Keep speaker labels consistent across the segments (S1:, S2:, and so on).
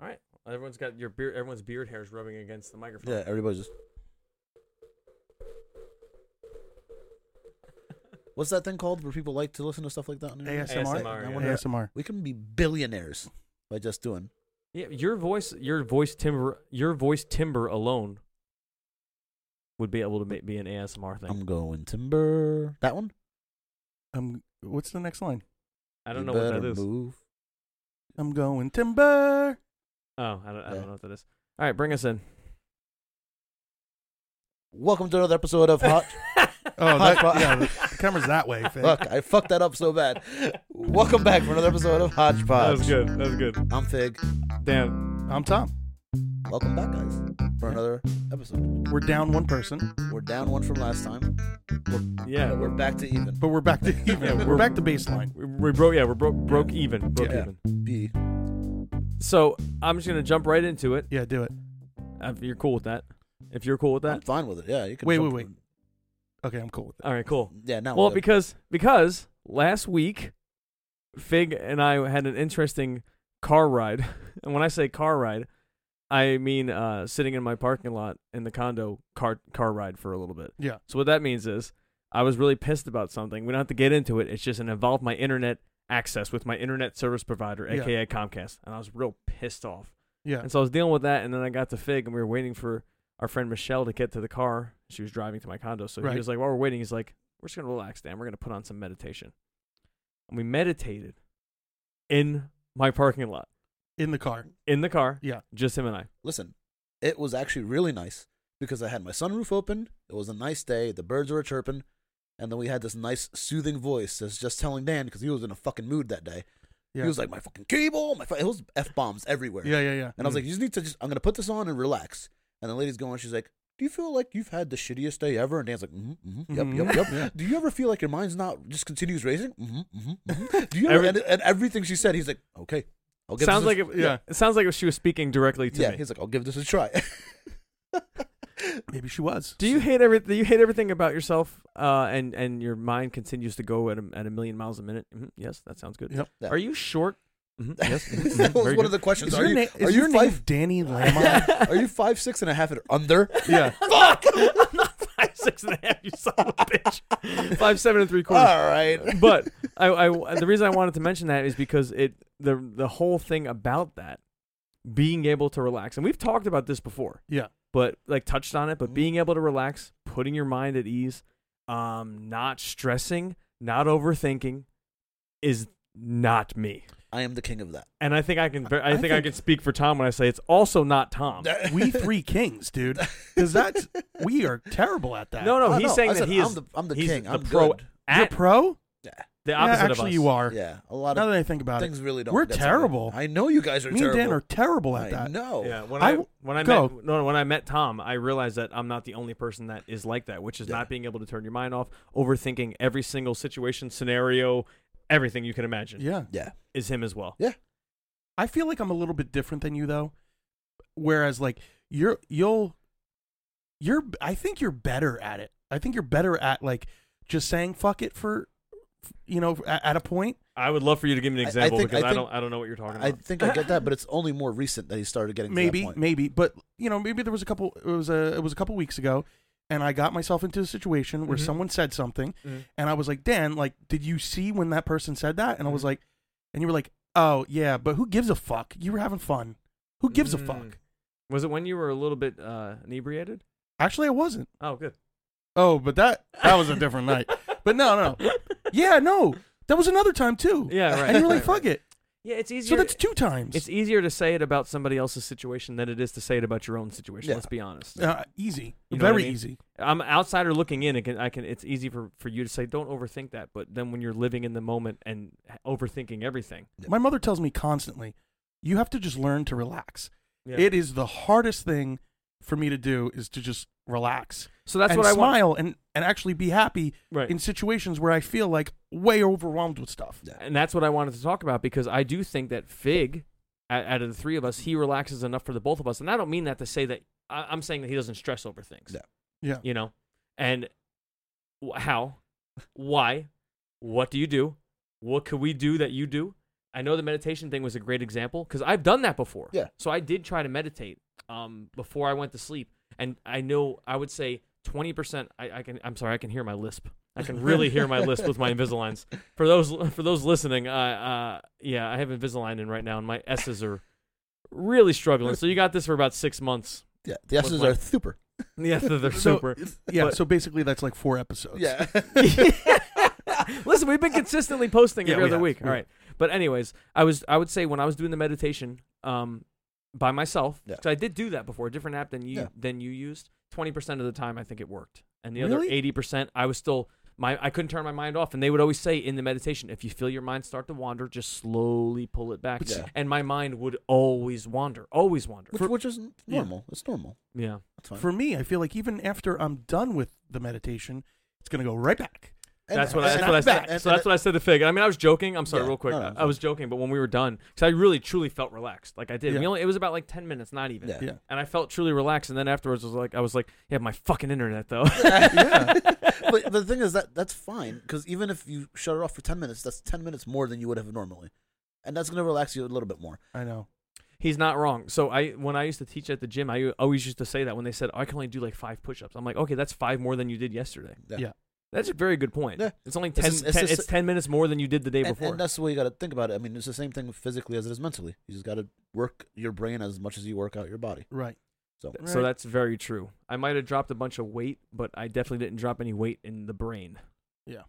S1: All right. Everyone's got your beard. Everyone's beard hair is rubbing against the microphone.
S2: Yeah, everybody's just. What's that thing called where people like to listen to stuff like that? On the internet?
S3: ASMR.
S1: ASMR,
S3: I
S1: yeah.
S3: want ASMR.
S2: We can be billionaires by just doing.
S1: Yeah, your voice, your voice timber, your voice timber alone would be able to ma- be an ASMR thing.
S2: I'm going timber. That one.
S3: I'm. Um, What's the next line?
S1: I
S2: You
S1: don't know what that
S2: better
S1: is.
S2: Move.
S3: I'm going timber.
S1: Oh, I don't, I
S2: Yeah.
S1: don't know what that is. All right, bring us in.
S2: Welcome to another episode of Hot. Hot
S3: Oh, that,
S2: Pot-
S3: yeah, the the camera's that way. Fig.
S2: Fuck, I fucked that up so bad. Welcome back for another episode of Hodgepodge.
S1: good. That was good.
S2: I'm Fig.
S1: Damn.
S3: I'm Tom.
S2: Welcome back, guys, for another episode.
S3: We're down one person,
S2: We're down one from last time.
S1: Yeah.
S2: We're back to even.
S3: but we're back to even.
S1: Yeah,
S3: we're,
S1: we're-
S3: back to baseline.
S1: We, we broke. Yeah, we broke. Broke even. Broke
S2: Yeah.
S1: even.
S2: B.
S1: So I'm just gonna jump right into it.
S3: Yeah, do it.
S1: If you're cool with that. If you're cool with
S2: I'm
S1: that.
S2: fine with it. Yeah, you can.
S3: Wait,
S2: jump-
S3: wait, wait. Okay, I'm cool with it.
S1: All right. Cool.
S2: Yeah, now.
S1: Well,
S2: we're-
S1: because because last week, Fig and I had an interesting car ride, and when I say car ride, I mean uh, sitting in my parking lot in the condo car car ride for a little bit.
S3: Yeah.
S1: So what that means is I was really pissed about something. We don't have to get into it. It's just it involved my internet access with my internet service provider,
S3: Yeah.
S1: aka Comcast, and I was real pissed off.
S3: Yeah.
S1: And so I was dealing with that, and then I got to Fig, and we were waiting for our friend Michelle to get to the car. She was driving to my condo, so
S3: Right.
S1: he was like, "While we're waiting, he's like, we're just gonna relax, Dan. We're gonna put on some meditation." And we meditated in my parking lot,
S3: In the car.
S1: in the car,
S3: Yeah.
S1: just him and I.
S2: listen, it was actually really nice because I had my sunroof open. It was a nice day. The birds were chirping. And then we had this nice soothing voice that's just telling Dan because he was in a fucking mood that day.
S3: Yeah.
S2: He was like, "My fucking cable, my fu-" it was f bombs everywhere."
S3: yeah, yeah, yeah.
S2: And
S1: Mm.
S2: I was like, "You just need to just I'm gonna put this on and relax." And the lady's going, she's like, "Do you feel like you've had the shittiest day ever?" And Dan's like, mm mm yep,
S3: Mhm.
S2: yep,
S1: Mm-hmm.
S2: yep."
S3: Yeah.
S2: Do you ever feel like your mind's not just continues racing? Mm-hmm, mm-hmm. Do you? Ever,
S1: Every-
S2: and, and everything she said, he's like, "Okay, I'll give."
S1: sounds like
S2: this a,
S1: it,
S3: yeah.
S1: yeah. It sounds like she was speaking directly to
S2: yeah.
S1: me.
S2: He's like, "I'll give this a try."
S3: Maybe she was.
S1: Do you hate every? Do you hate everything about yourself? Uh, and and your mind continues to go at a, at a million miles a minute. Mhm, Yes, that sounds good.
S3: Yep.
S2: Yeah.
S1: Are you short? Mhm, Yes. mhm,
S2: that
S1: mhm,
S2: was
S1: very
S2: one
S1: good.
S2: of the questions.
S3: Is
S2: Are
S3: your,
S2: you,
S3: na-
S2: are
S3: is
S2: you
S3: your name
S2: five?
S3: Danny Lama?
S2: are you five six and a half and under?
S3: yeah.
S2: Fuck!
S1: I'm not five six and a half. You son of a bitch. Five seven and three
S2: All
S1: quarters.
S2: right.
S1: But I, I, the reason I wanted to mention that is because it the the whole thing about that being able to relax, and we've talked about this before.
S3: Yeah.
S1: But like touched on
S3: Mm-hmm.
S1: it, but being able to relax, putting your mind at ease, um, not stressing, not overthinking, is not me.
S2: I am the king of that.
S1: And I think I can. ver- I,
S3: I
S1: think, I
S3: think-
S1: can speak for Tom when I say it's also not Tom.
S3: We three kings, dude. Because that's we are terrible at that.
S1: no, no,
S2: Oh,
S1: he's
S2: no,
S1: saying
S2: I
S1: that
S2: said
S1: he
S2: I'm
S1: is.
S2: the- I'm the
S1: he's
S2: king,
S1: The
S2: I'm
S1: pro
S2: good.
S3: You're
S1: at
S3: pro.
S1: the
S3: Yeah,
S1: opposite
S3: actually,
S1: of us.
S3: you are.
S2: Yeah, a lot
S3: Now
S2: of
S3: that I think about it,
S2: things really don't.
S3: we're
S2: get
S3: terrible.
S2: something. I know you guys are
S3: me
S2: terrible.
S3: and Dan are terrible at
S2: Oh. I
S3: that.
S2: know.
S1: Yeah, when
S3: I
S1: I,
S3: w-
S1: when I
S3: go.
S1: met no, no, when I met Tom, I realized that I'm not the only person that is like that, which is
S2: Yeah.
S1: not being able to turn your mind off, overthinking every single situation, scenario, everything you can imagine
S3: Yeah,
S2: Yeah.
S1: is him as well.
S3: I feel like I'm a little bit different than you though. Whereas like you're you'll you're I think you're better at it. I think you're better at like just saying fuck it for you know at, at a point.
S1: I would love for you to give me an
S2: I- I
S1: example
S2: think-
S1: because
S2: I
S1: I,
S2: think-
S1: don't I don't know what you're talking
S2: I
S1: about.
S2: think I get that, but it's only more recent that he started getting to that
S3: Maybe
S2: point.
S3: maybe, but you know maybe there was a couple it was a it was a couple weeks ago and I got myself into a situation
S2: Mm-hmm.
S3: where
S1: Mhm.
S3: someone said something
S1: Mhm.
S3: and I was like, "Dan, like did you see when that person said that?" And I was
S2: Mm-hmm.
S3: like and you were like, "Oh, yeah, but who gives a fuck? You were having fun. Who gives a
S1: Mm.
S3: fuck?"
S1: Was it when you were a little bit uh, inebriated?
S3: Actually, I wasn't.
S1: Oh, good.
S3: Oh, but that that was a different night. But no, no, no. Yeah, no. That was another time too.
S1: Yeah, right.
S3: and you're like,
S1: right,
S3: fuck
S1: right.
S3: it.
S1: Yeah, it's
S3: So
S1: easier.
S3: that's two times.
S1: it's easier to say it about somebody else's situation than it is to say it about your own situation.
S2: Yeah.
S1: Let's be honest.
S3: uh, easy,
S1: e-, You know what I
S3: very
S1: mean?
S3: easy.
S1: I'm an outsider looking in. I can, I can. It's easy for, for you to say, don't overthink that. But then when you're living in the moment and h- overthinking everything,
S3: My mother tells me constantly, you have to just learn to relax.
S1: yeah.
S3: It is the hardest thing for me to do is to just relax.
S1: so that's
S3: and
S1: what I want.
S3: smile and and actually be happy
S1: Right.
S3: in situations where I feel like way overwhelmed with stuff.
S2: Yeah.
S1: and that's what I wanted to talk about because I do think that Fig, o- out of the three of us, he relaxes enough for the both of us. And I don't mean that to say that I, I'm saying that he doesn't stress over things.
S2: Yeah.
S3: Yeah.
S1: You know, and wh- how, why, what do you do? What could we do that you do? I know the meditation thing was a great example because I've done that before.
S2: Yeah.
S1: So I did try to meditate um, before I went to sleep, and I know I would say twenty percent. I, I can. I'm sorry, I can hear my lisp. I can really hear my lisp with my Invisaligns. For those for those listening, uh, uh, yeah, I have Invisalign in right now, and my s's are really struggling. So you got this for about six months.
S2: Yeah, the S's
S1: like-
S2: are super.
S1: Yeah, they're
S3: So-
S1: super.
S3: Yeah,
S1: But-
S3: so basically that's like four episodes.
S2: Yeah.
S1: Listen, we've been consistently posting
S3: Yeah,
S1: every
S3: we
S1: other
S3: have.
S1: week.
S3: We
S1: All right. But anyways, I was I would say when I was doing the meditation um by myself,
S2: Yeah.
S1: so I did do that before, a different app than you
S2: Yeah.
S1: than you used. Twenty percent of the time, I think it worked, and the other
S3: Really?
S1: eighty percent, I was still my I couldn't turn my mind off. And they would always say in the meditation, if you feel your mind start to wander, just slowly pull it back.
S2: Yeah.
S1: And my mind would always wander, always wander.
S2: Which, which is normal. It's normal.
S1: yeah.
S2: That's fine.
S3: For me, I feel like even after I'm done with the meditation, it's gonna go right back.
S2: And-
S1: that's what I,
S2: and-
S1: that's what I said.
S2: and- and-
S1: so that's what I said to Fig. I mean, I was joking. I'm sorry,
S2: Yeah,
S1: real quick.
S2: no, no,
S1: I-
S2: it's
S1: I was joking, but when we were done, because I really truly felt relaxed, like I did. We
S3: Yeah.
S1: only it was about like ten minutes, not even.
S2: Yeah.
S3: Yeah.
S1: And I felt truly relaxed, and then afterwards was like, I was like, yeah, my fucking internet though.
S2: but the thing is that that's fine because even if you shut it off for 10 minutes that's 10 minutes more than you would have normally and that's going to relax you a little bit more
S3: I know.
S1: He's not wrong. So I when I used to teach at the gym, I always used to say that when they said oh, I can only do like five push-ups, I'm like, okay, that's five more than you did yesterday.
S2: Yeah.
S3: Yeah.
S1: That's a very good point.
S2: Yeah.
S1: It's only
S2: It's
S1: 10
S2: just- it's
S1: 10
S2: just-
S1: it's 10 minutes more than you did the day
S2: and,
S1: before.
S2: and that's the way you got to think about it i mean it's the same thing physically as it is mentally you just got to work your brain as much as you work out your body
S3: Right.
S2: so
S1: Th- So
S3: Right.
S1: that's very true. I might have dropped a bunch of weight, but I definitely didn't drop any weight in the brain.
S3: Yeah.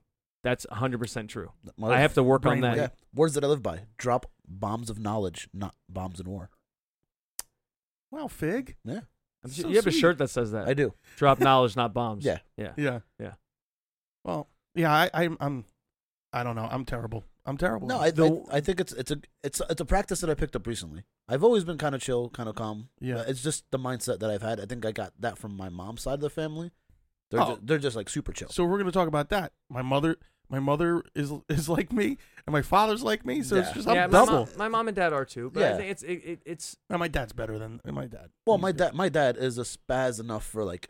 S1: That's 100% true.
S2: my-
S1: I have to work on
S3: brain
S1: that.
S2: yeah words that i live by drop bombs of knowledge not bombs in war
S3: Wow, fig.
S2: yeah
S1: I'm
S3: That's
S1: su-
S3: so
S1: you have a
S3: sweet.
S1: shirt that says that.
S2: i do
S1: Drop knowledge, not bombs.
S2: yeah
S3: Yeah.
S1: Yeah.
S3: Well, yeah, I, I'm I'm I don't know. I'm terrible. I'm terrible.
S2: no I,
S1: the-
S2: I, I think it's it's a it's a, it's a practice that i picked up recently i've always been kind of chill kind of calm
S3: Yeah.
S2: But it's just the mindset that I've had. I think I got that from my mom's side of the family. They're
S3: Oh.
S2: ju- they're just like super chill.
S3: So we're gonna talk about that. My mother my mother is is like me and my father's like me, so it's
S2: Yeah.
S3: just I'm
S1: Yeah, my,
S3: double.
S1: Mom, my mom and dad are too, but I
S2: Yeah.
S1: think it's it, it, it's
S3: Now, my dad's better than than my dad.
S2: well,
S3: He's
S2: my
S3: good.
S2: dad my dad is a spaz enough for like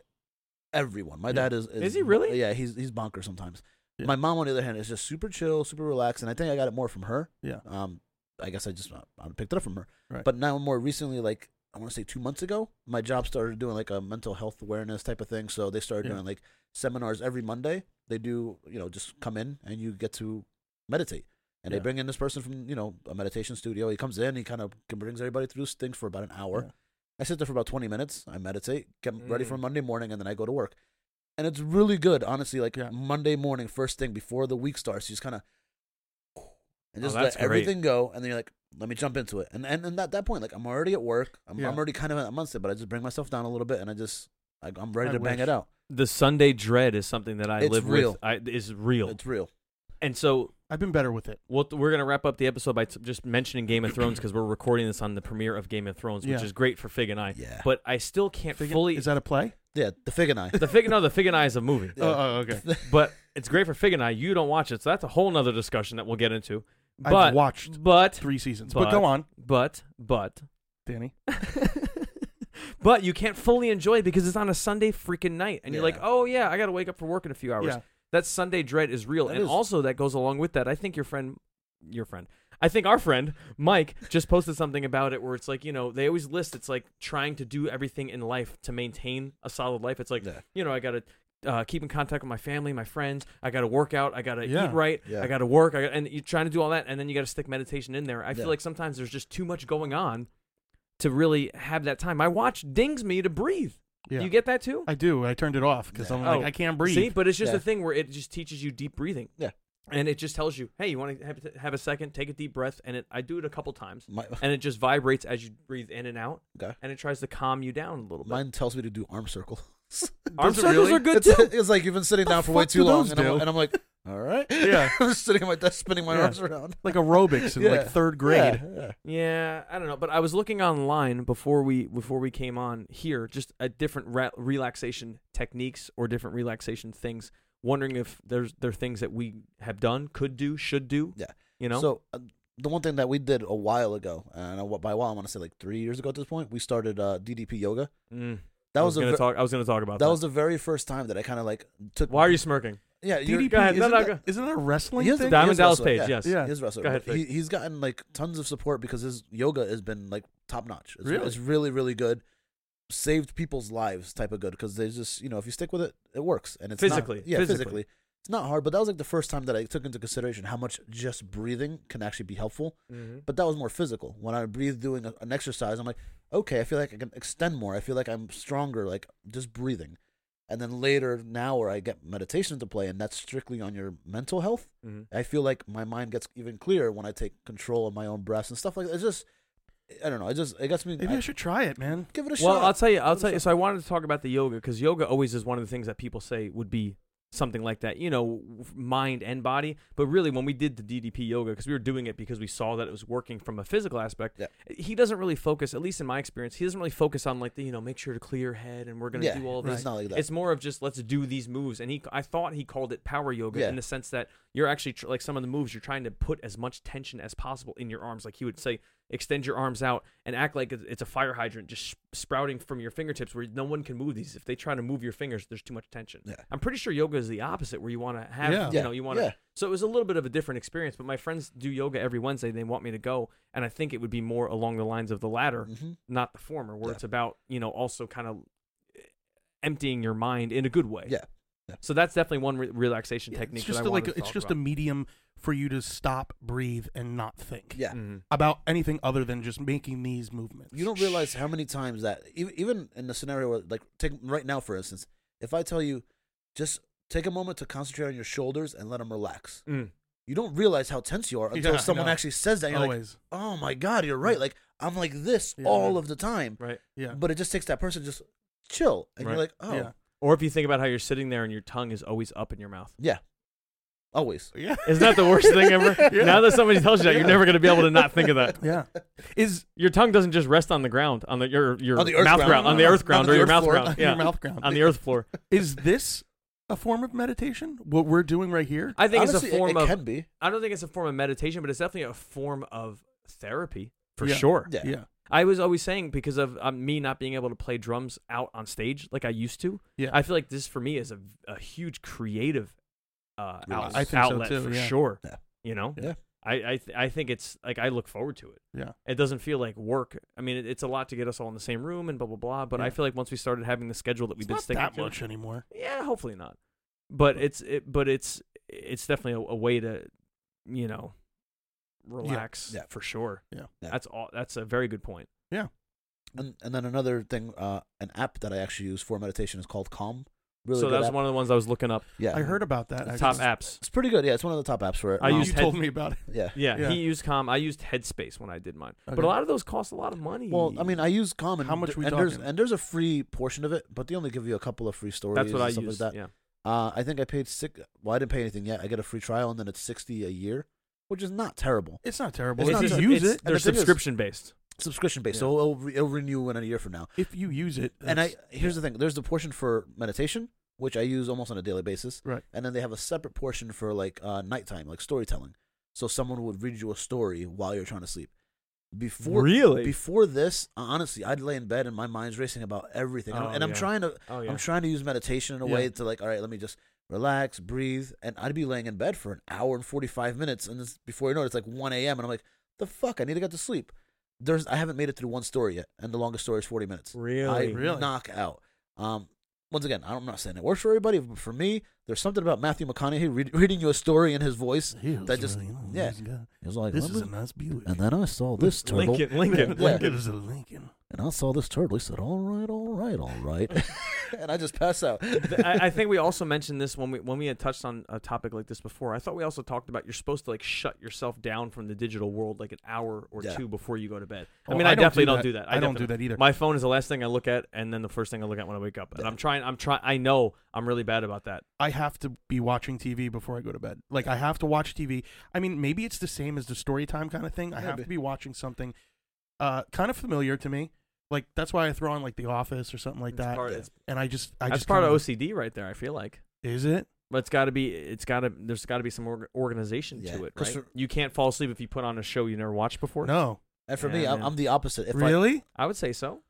S2: everyone. My
S3: Yeah.
S2: dad is, is
S1: Is he really?
S2: Yeah, he's he's bonkers sometimes.
S3: Yeah.
S2: My mom on the other hand is just super chill, super relaxed, and I think I got it more from her.
S3: Yeah.
S2: Um, I guess I just uh, I picked it up from her.
S3: Right.
S2: But now more recently, like I want to say two months ago, my job started doing like a mental health awareness type of thing. So they started
S3: Yeah.
S2: doing like seminars every Monday. They do you know just come in and you get to meditate. And they
S3: Yeah.
S2: bring in this person from you know a meditation studio. He comes in, he kind of brings everybody through this thing for about an hour.
S3: Yeah.
S2: I sit there for about 20 minutes. I meditate, get ready for
S1: Mm.
S2: Monday morning, and then I go to work. And it's really good, honestly. Like uh,
S3: Yeah.
S2: Monday morning, first thing before the week starts, you just kind of and
S1: Oh,
S2: just
S1: that's
S2: let
S1: great.
S2: everything go. And then you're like, let me jump into it. And and, and at that point, like I'm already at work. I'm,
S3: Yeah.
S2: I'm already kind of I'm on it, but I just bring myself down a little bit, and I just I, I'm ready
S3: I
S2: to bang
S3: wish.
S2: it out.
S1: the Sunday dread is something that I
S2: It's
S1: live
S2: real.
S1: with. I, is real.
S2: It's real.
S1: and so
S3: I've been better with it.
S1: we'll, we're going to wrap up the episode by t- just mentioning Game of Thrones because we're recording this on the premiere of Game of Thrones, which
S3: Yeah.
S1: is great for Fig and I.
S2: Yeah.
S1: But I still can't
S3: Fig-
S1: fully.
S3: Is that a play?
S2: Yeah, the fig and I.
S1: the Fig? No, the Fig and I is a movie.
S2: Yeah.
S3: Oh, oh, okay.
S1: but it's great for Fig and I. You don't watch it, so that's a whole nother discussion that we'll get into. But
S3: I've watched
S1: but
S3: Three seasons.
S1: But-
S3: but go on,
S1: but but
S3: Danny.
S1: but you can't fully enjoy it because it's on a Sunday freaking night, and you're like,
S2: Yeah.
S1: oh yeah, I got to wake up for work in a few hours.
S3: Yeah.
S1: That Sunday dread is real,
S2: That
S1: and
S2: is-
S1: also that goes along with that. I think your friend, your friend. I think our friend Mike just posted something about it where it's like, you know, they always list it's like trying to do everything in life to maintain a solid life. It's like,
S2: Yeah.
S1: you know, I got to uh, keep in contact with my family, my friends. I got to work out. I got to eat
S3: Yeah.
S1: right.
S2: Yeah.
S1: I got to work. I got, and you're trying to do all that, and then you got to stick meditation in there. I feel
S2: Yeah.
S1: like sometimes there's just too much going on to really have that time. My watch dings me to breathe.
S3: Yeah.
S1: Do you get that too?
S3: I do. I turned it off because I'm like
S1: Oh.
S3: I can't breathe.
S1: See, but it's just
S2: Yeah.
S1: a thing where it just teaches you deep breathing.
S2: Yeah.
S1: And it just tells you, hey, you want to have, have a second, take a deep breath, and it. I do it a couple times,
S2: My,
S1: and it just vibrates as you breathe in and out,
S2: okay.
S1: and it tries to calm you down a little bit.
S2: Mine tells me to do arm circles.
S1: Arm
S3: Does it
S1: circles
S3: really?
S1: are good
S2: it's,
S1: too.
S2: it's like you've been sitting
S3: The
S2: down for way
S3: fuck
S2: too
S3: do
S2: long,
S3: those
S2: and I'm,
S3: do?
S2: and I'm like, all right.
S3: Yeah.
S2: I'm sitting at my desk, spinning my
S3: Yeah.
S2: arms around.
S3: like aerobics in
S2: Yeah.
S3: like third grade.
S2: Yeah, yeah.
S1: Yeah, I don't know, but I was looking online before we before we came on here, just at different ra- relaxation techniques or different relaxation things, wondering if there's there are things that we have done, could do, should do.
S2: Yeah.
S1: you know.
S2: So uh, the one thing that we did a while ago, and uh, by a while I want to say like three years ago at this point, we started uh, DDP yoga.
S1: Mm,
S2: That
S1: I
S2: was, a
S1: gonna
S2: ver-
S1: talk. I was gonna talk about
S2: that was the very first time that I kind of like took.
S1: Why are you smirking?
S2: yeah, you're,
S3: DDP
S1: Go ahead. No,
S3: isn't,
S1: no,
S3: that,
S1: go-
S3: isn't that a wrestling
S2: He is a
S3: thing?
S2: guy-
S1: Diamond
S2: is
S1: Dallas
S2: wrestling,
S1: Page, yes.
S3: Yeah.
S2: He is a wrestler.
S1: Go ahead,
S2: but he, he's gotten like tons of support because his yoga has been like top notch. It's,
S3: Really?
S2: it's really, really good. Saved people's lives type of good because they just, you know, if you stick with it, it works. And it's not-
S1: Physically,
S2: yeah,
S1: physically.
S2: It's not hard, but that was like the first time that I took into consideration how much just breathing can actually be helpful.
S1: Mm-hmm,
S2: But that was more physical. When I breathe doing a, an exercise, I'm like, okay, I feel like I can extend more. I feel like I'm stronger, like just breathing. And then later now where I get meditation into play and that's strictly on your mental health.
S1: Mhm.
S2: I feel like my mind gets even clearer when I take control of my own breaths and stuff like that. It's just, I don't know. It just, it gets me.
S3: Maybe I should try it, man.
S2: give it a
S1: Well,
S2: shot.
S1: I'll tell you. I'll
S2: Give it a
S1: tell you.
S2: shot.
S1: So I wanted to talk about the yoga because yoga always is one of the things that people say would be something like that. You know, mind and body. But really, when we did the DDP yoga, because we were doing it because we saw that it was working from a physical aspect.
S2: Yeah.
S1: He doesn't really focus, at least in my experience, he doesn't really focus on like the you know make sure to clear your head and we're gonna
S2: Yeah,
S1: do all
S2: it's
S1: this.
S2: not like that.
S1: It's more of just let's do these moves. And he, I thought he called it power yoga
S2: Yeah.
S1: in the sense that you're actually tr- like some of the moves you're trying to put as much tension as possible in your arms. Like he would say, extend your arms out and act like it's- it's a fire hydrant just sprouting from your fingertips where no one can move these. If they try to move your fingers, there's too much tension.
S2: Yeah.
S1: I'm pretty sure yoga is the opposite where you want to have,
S3: Yeah.
S1: you
S2: Yeah,
S1: know, you want to.
S2: yeah.
S1: So it was a little bit of a different experience, but my friends do yoga every Wednesday. They want me to go. And I think it would be more along the lines of the latter
S2: Mhm.
S1: not the former, where
S2: Yeah.
S1: it's about you know also kind of eh, emptying your mind in a good way.
S2: Yeah. Yeah.
S1: So that's definitely one re- relaxation
S3: Yeah,
S1: technique.
S3: It's just
S1: that I
S3: a, like
S1: wanted to
S3: it's
S1: talk
S3: just a
S1: about.
S3: medium for you to stop, breathe, and not think
S2: Yeah.
S1: Mhm.
S3: about anything other than just making these movements.
S2: You don't realize how many times that, ev- even in the scenario where, like, take right now, for instance, if I tell you, just take a moment to concentrate on your shoulders and let them relax.
S1: Mm.
S2: You don't realize how tense you are until
S3: Yeah, I
S2: someone
S3: know.
S2: actually says that. and You're like,
S3: always.
S2: oh my God, you're right. Like, I'm like this
S3: Yeah.
S2: all of the time.
S1: Right.
S3: yeah.
S2: But it just takes that person to just chill. And
S1: Right.
S2: you're like, oh,
S3: Yeah.
S1: Or if you think about how you're sitting there and your tongue is always up in your mouth.
S2: always.
S3: Yeah.
S1: Isn't that the worst thing ever?
S3: Yeah.
S1: Now that somebody tells you that,
S3: Yeah.
S1: you're never going to be able to not think of that.
S3: Yeah. Is
S1: Your tongue doesn't just rest on the ground, on the your your
S2: On the earth
S1: mouth
S2: ground.
S1: on the earth ground
S2: the
S1: or your
S2: earth
S1: mouth
S2: floor.
S1: ground, yeah,
S3: your mouth ground.
S1: on the earth floor.
S3: Is this a form of meditation? What we're doing right here?
S1: I think
S2: Honestly,
S1: it's a
S2: it-
S1: form
S2: it
S1: of.
S2: can be.
S1: I don't think it's a form of meditation, but it's definitely a form of therapy for
S3: Yeah.
S1: sure.
S2: Yeah.
S3: Yeah.
S1: I was always saying because of um, me not being able to play drums out on stage like I used to.
S3: Yeah.
S1: I feel like this for me is a, a huge creative uh,
S2: Release.
S1: out-
S2: I
S3: think so,
S1: outlet
S3: too,
S1: for
S3: yeah.
S1: sure.
S2: Yeah.
S1: You know,
S2: Yeah.
S1: I I, th- I think it's like I look forward to it.
S3: Yeah.
S1: It doesn't feel like work. I mean, it, it's a lot to get us all in the same room and blah blah blah. But I
S3: Yeah.
S1: feel like once we started having the schedule that we've
S3: It's
S1: been
S3: not
S1: sticking
S3: that
S1: to,
S3: much anymore.
S1: yeah, hopefully not. But it's it, but it's it's definitely a, a way to, you know, relax
S2: Yeah.
S1: for sure.
S3: Yeah.
S2: Yeah.
S1: That's all. That's a very good point.
S2: And, and then another thing, uh, an app that I actually use for meditation is called Calm. Really
S1: so
S2: good
S1: that was
S2: app.
S1: one of the ones I was looking up.
S2: Yeah.
S3: I heard about that.
S1: top
S3: actually.
S1: apps.
S2: It's pretty good. Yeah, it's one of the top apps for it.
S1: I
S2: Um,
S3: you
S1: used
S3: told
S1: head-
S3: me about it.
S2: Yeah.
S1: Yeah,
S3: Yeah.
S1: he used Calm. I used Headspace when I did mine. But
S3: Okay.
S1: a lot of those cost a lot of money.
S2: Well, I mean, I use Calm. And
S3: How much we
S2: and there's,
S3: talking?
S2: and there's a free portion of it, but they only give you a couple of free stories.
S1: that's what
S2: and
S1: I
S2: stuff
S1: use.
S2: Like that.
S1: Yeah,
S2: Uh, I think I paid six. Well, I didn't pay anything yet. I get a free trial, and then it's sixty a year, which is not terrible.
S3: It's not terrible.
S2: It's
S3: if
S2: not
S3: you
S2: ter-
S3: use
S1: it's-
S3: it,
S1: They're
S2: the thing is-
S1: subscription based.
S2: Subscription based,
S1: Yeah.
S2: so it'll, re- it'll renew in a year from now.
S3: if you use it,
S2: and I
S3: that's-
S2: here's the thing: there's the portion for meditation, which I use almost on a daily basis,
S3: Right.
S2: And then they have a separate portion for like uh, nighttime, like storytelling. So someone would read you a story while you're trying to sleep. Before
S1: Really?
S2: before this, honestly, I'd lay in bed and my mind's racing about everything, And I'm-
S1: Oh,
S2: and I'm
S1: yeah.
S2: trying to
S1: Oh yeah.
S2: I'm trying to use meditation in a
S3: Yeah.
S2: way to like, all right, let me just relax, breathe, and I'd be laying in bed for an hour and forty five minutes, and it's, before you know it, it's like one a.m. and I'm like, the fuck, I need to get to sleep. There's I haven't made it through one story yet, and the longest story is forty minutes. I
S1: Really?
S3: Really?
S2: knock out. Um, once again, I'm not saying it works for everybody, but for me, there's something about Matthew McConaughey read, reading you a story in his voice.
S3: Ew,
S2: that
S3: it's
S2: just-
S3: really- oh,
S2: yeah.
S3: this guy-
S2: It was like,
S3: This
S2: "Let
S3: is a
S2: me-"
S3: nice Buick.
S2: and then I saw this turtle,
S1: Lincoln. Lincoln.
S2: Yeah.
S3: Lincoln is a Lincoln.
S2: and I saw this turtle. He said, "All right, all right, all right," and I just pass out.
S1: Th- I, I think we also mentioned this when we when we had touched on a topic like this before. I thought we also talked about you're supposed to like shut yourself down from the digital world like an hour or
S2: Yeah.
S1: two before you go to bed. I
S3: Oh,
S1: mean,
S3: I
S1: I,
S3: don't do
S1: definitely
S3: that.
S1: don't do that.
S3: I don't do
S1: definitely-
S3: that either.
S1: My phone is the last thing I look at, and then the first thing I look at when I wake up. And I'm trying. I'm trying. I know I'm really bad about that.
S3: I have to be watching TV before I go to bed. Like I have to watch TV. I mean, maybe it's the same as the story time kind of thing. I have
S2: Maybe.
S3: to be watching something uh kind of familiar to me. Like that's why I throw on like The Office or something like
S1: It's
S3: that.
S1: part-
S2: yeah.
S1: it's-
S3: and I just I
S1: that's
S3: just
S1: part
S3: kinda-
S1: of OCD right there. I feel like.
S3: Is it?
S1: But it's got to be. It's got to. There's got to be some org- organization
S2: Yeah.
S1: to it,
S2: 'Cause
S1: right?
S2: for-
S1: You can't fall asleep if you put on a show you never watched before.
S3: No.
S2: And for
S1: Yeah,
S2: me, I'm,
S1: man.
S2: I'm the opposite. If I,
S3: really?
S1: I would say so.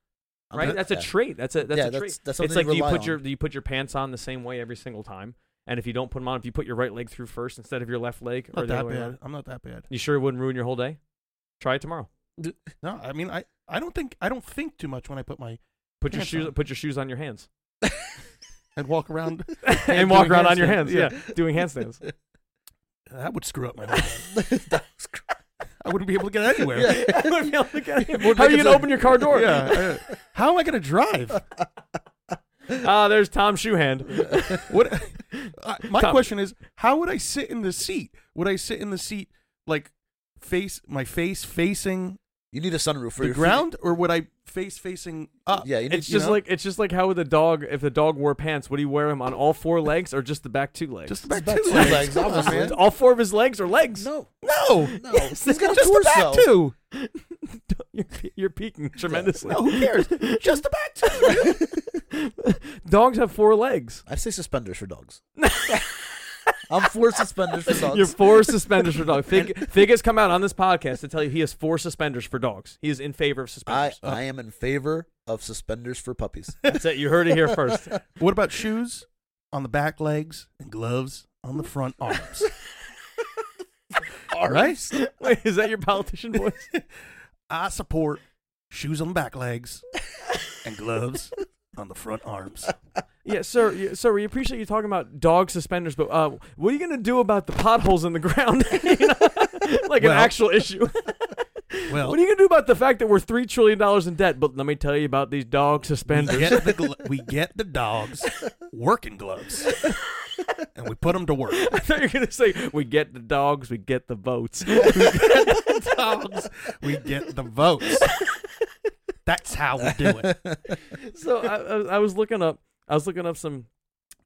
S2: I'm
S1: right?
S2: the-
S1: That's a
S2: yeah.
S1: trait. That's a that's
S2: Yeah,
S1: a trait.
S2: that's- that's
S1: it's
S2: something
S1: like
S2: you
S1: do you
S2: rely
S1: put
S2: on.
S1: your do you put your pants on the same way every single time? And if you don't put them on, if you put your right leg through first instead of your left leg, or
S3: Not
S1: the
S3: that
S1: other way around,
S3: bad. I'm not that bad.
S1: you sure it wouldn't ruin your whole day? Try it tomorrow.
S3: No, I mean I, I don't think I don't think too much when I put my
S1: Put your
S3: Pants
S1: shoes.
S3: on.
S1: Put your shoes on your hands
S3: and walk around.
S1: and walk
S3: doing
S1: around on your
S3: handstands,
S1: hands. Yeah, doing handstands.
S3: that would screw up my life.
S2: That was cr-
S3: I wouldn't be able to get anywhere.
S2: Yeah.
S1: I wouldn't be able to get in.
S2: Would
S1: How are
S2: make
S1: you
S2: it
S1: gonna
S2: so-
S1: open your car door?
S3: Yeah. I- How am I going to drive?
S1: Ah, there's Tom Shoehand.
S3: What? I my
S1: Tom.
S3: question is, how would I sit in the seat? Would I sit in the seat like face my face facing
S2: you need a sunroof for
S3: the
S2: your feet.
S3: ground, or would I face facing up?
S2: Yeah, you need,
S1: It's just
S3: know?
S1: like it's just like how would the dog if the dog wore pants, would he wear them on all four legs or just the back two legs?
S3: Just back
S2: about
S3: two
S2: two
S3: legs.
S2: legs,
S3: Come on,
S2: obviously.
S3: man.
S1: all four of his legs are legs.
S2: no,
S3: No,
S2: no.
S3: He's
S2: He's got a
S3: just the back
S2: torso.
S3: two.
S1: you're, pe- you're peaking tremendously.
S3: No, who cares? just the back two.
S1: Dogs have four legs.
S2: I say suspenders for dogs. I'm for suspenders for dogs.
S1: You're four suspenders for dogs. Fig, Fig has come out on this podcast to tell you he has four suspenders for dogs. He is in favor of
S2: I,
S1: suspenders.
S2: I am in favor of suspenders for puppies.
S1: That's it. You heard it here first.
S3: what about shoes on the back legs and gloves on the front arms? All right,
S1: Wait, is that your politician voice?
S3: I support shoes on the back legs and gloves on the front arms.
S1: yeah, sir. You, sir, we appreciate you talking about dog suspenders, but uh, what are you gonna do about the potholes in the ground? You know? like
S3: Well-
S1: an actual issue.
S3: Well,
S1: What are you gonna do about the fact that we're three trillion dollars in debt? But let me tell you about these dog suspenders.
S3: We get the, glo- we get the dogs working gloves, and we put them to work.
S1: I thought you were gonna say we get the dogs, we get the votes.
S3: Dogs, we get the votes. That's how we do it.
S1: so I, I, I was looking up. I was looking up some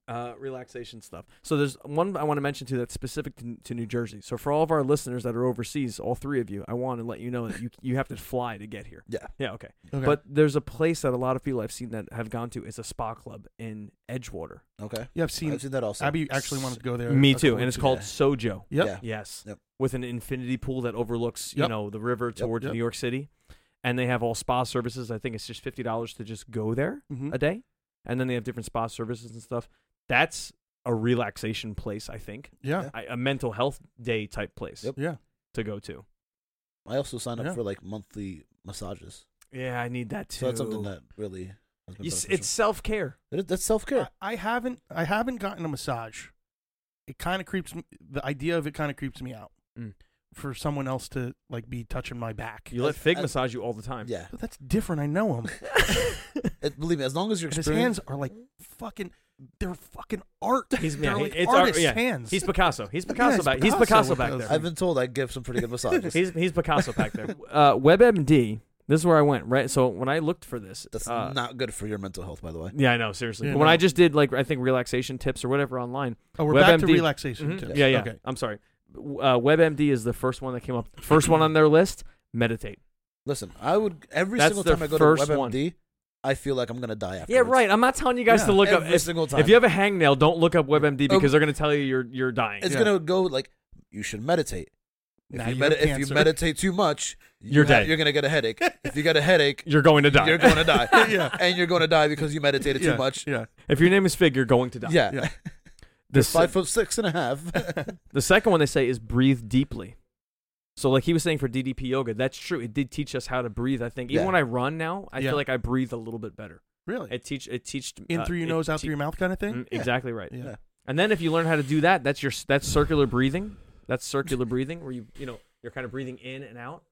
S1: uh, relaxation stuff. So there's one I want to mention too that's specific to, to New Jersey. So for all of our listeners that are overseas, all three of you, I want to let you know that you you have to fly to get here.
S2: Yeah.
S1: Yeah. Okay.
S3: Okay.
S1: But there's a place that a lot of people I've seen that have gone to. It's a spa club in Edgewater.
S2: Okay.
S3: yeah, I've seen.
S2: I've seen that also.
S3: Abby actually wanted to go there.
S1: Me
S3: a
S1: too.
S3: couple
S1: And it's
S3: weeks
S1: called
S3: ago.
S1: Sojo.
S3: Yep.
S2: Yeah.
S1: Yes.
S2: Yep.
S1: With an infinity pool that overlooks, you
S3: Yep.
S1: know, the river towards
S3: yep.
S1: New York City. And they have all spa services. I think it's just fifty dollars to just go there
S2: Mm-hmm.
S3: Mhm.
S1: a day. And then they have different spa services and stuff. That's a relaxation place, I think.
S3: Yeah.
S2: Yeah.
S1: I, a mental health day type place
S2: Yep.
S3: Yeah.
S1: to go to.
S2: I also signed up
S3: Yeah.
S2: for like monthly massages.
S1: Yeah, I need that too.
S2: So that's something that really has been
S1: it's,
S2: beneficial.
S1: self care.
S2: It is- that's self care.
S3: I, I haven't. I haven't gotten a massage. It kind of creeps. me The idea of it kind of creeps me out.
S1: Mm.
S3: For someone else to like be touching my back.
S1: You let
S2: As-
S1: Fig
S2: as-
S1: massage you all the time.
S2: Yeah.
S3: But that's different. I know him.
S2: It, believe me, as long as you're
S3: And his hands are like fucking. They're fucking art.
S1: He's
S3: They're
S1: yeah, he-
S3: like
S1: it's our,
S3: artist
S1: yeah.
S3: hands.
S1: He's Picasso. He's Picasso
S3: he's
S1: back. He's
S3: Picasso
S1: Picasso
S3: with
S1: back
S3: those-
S1: there.
S2: I've been told I give some pretty good massages.
S1: He's he's Picasso back there. Uh, WebMD. This is where I went. Right. So when I looked for this,
S2: that's
S1: uh,
S2: not good for your mental health, by the way.
S1: yeah, I know. Seriously,
S3: Yeah,
S1: when I
S3: no.
S1: just did like I think relaxation tips or whatever online.
S3: Oh, we're back to
S1: WebMD.
S3: relaxation.
S1: Mhm.
S3: tips.
S1: Yeah, yeah.
S3: Okay.
S1: I'm sorry. W- Uh, WebMD is the first one that came up. First one on their list. Meditate.
S2: Listen, I would every
S1: That's
S2: single
S1: their
S2: time I go to
S1: first
S2: WebMD,
S1: one.
S2: I feel like I'm gonna die after.
S1: Yeah, right. I'm not telling you guys
S3: Yeah.
S1: to look up.
S2: Every
S1: If,
S2: single time.
S1: if you have a hangnail, don't look up WebMD
S2: Oh.
S1: because they're gonna tell you you're you're dying.
S2: it's
S3: Yeah.
S2: gonna go like you should meditate. If,
S3: Now
S2: you,
S3: you
S2: medi-
S3: have
S2: if you
S3: cancer.
S2: meditate too much, you
S1: You're
S2: ha-
S1: dead.
S2: You're gonna get a headache. if you get a headache,
S1: You're going to die.
S2: you're gonna die.
S3: Yeah.
S2: And you're gonna die because you meditated
S3: yeah.
S2: too much.
S3: Yeah.
S1: if your name is Fig, you're going to die.
S2: Yeah.
S3: Yeah.
S1: The
S2: Five foot six and a half.
S1: The second one they say is breathe deeply. So like he was saying for DDP yoga, that's true. It did teach us how to breathe. I think even
S2: Yeah.
S1: when I run now, I
S3: Yeah.
S1: feel like I breathe a little bit better.
S3: Really?
S1: It teach it teached
S3: In
S1: uh,
S3: through your
S1: it
S3: nose, out
S1: te-
S3: through your mouth, kind of thing.
S1: Mm, Exactly right.
S3: Yeah.
S2: Yeah.
S1: And then if you learn how to do that, that's your s- that's circular breathing. That's circular breathing where you you know you're kind of breathing in and out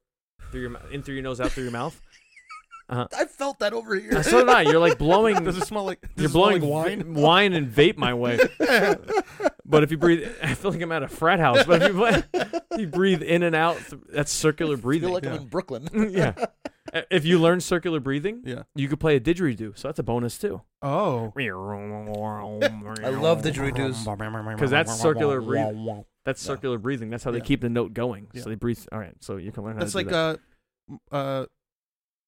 S1: through your mou- in through your nose, out through your mouth.
S2: I felt that over here.
S1: Uh, so did I. You're like blowing.
S3: Does it smell like? Does
S1: you're
S3: it smell
S1: blowing
S3: like
S1: v-
S3: wine.
S1: wine and vape my way. but if you breathe, I feel like I'm at a frat house. But if you, if you breathe in and out, th- that's circular
S2: I feel
S1: breathing.
S2: like
S3: yeah.
S2: I'm in Brooklyn.
S1: yeah. I- If you learn circular breathing,
S3: Yeah.
S1: you could play a didgeridoo. So that's a bonus too.
S3: Oh.
S1: I love
S2: love didgeridoos.
S3: Because
S1: that's circular breathing. That's
S2: Yeah.
S1: circular breathing. That's how they
S3: Yeah.
S1: keep the note going.
S3: Yeah.
S1: So they breathe. All right. So you can learn how
S3: That's
S1: to do
S3: like
S1: that.
S3: uh, m- uh,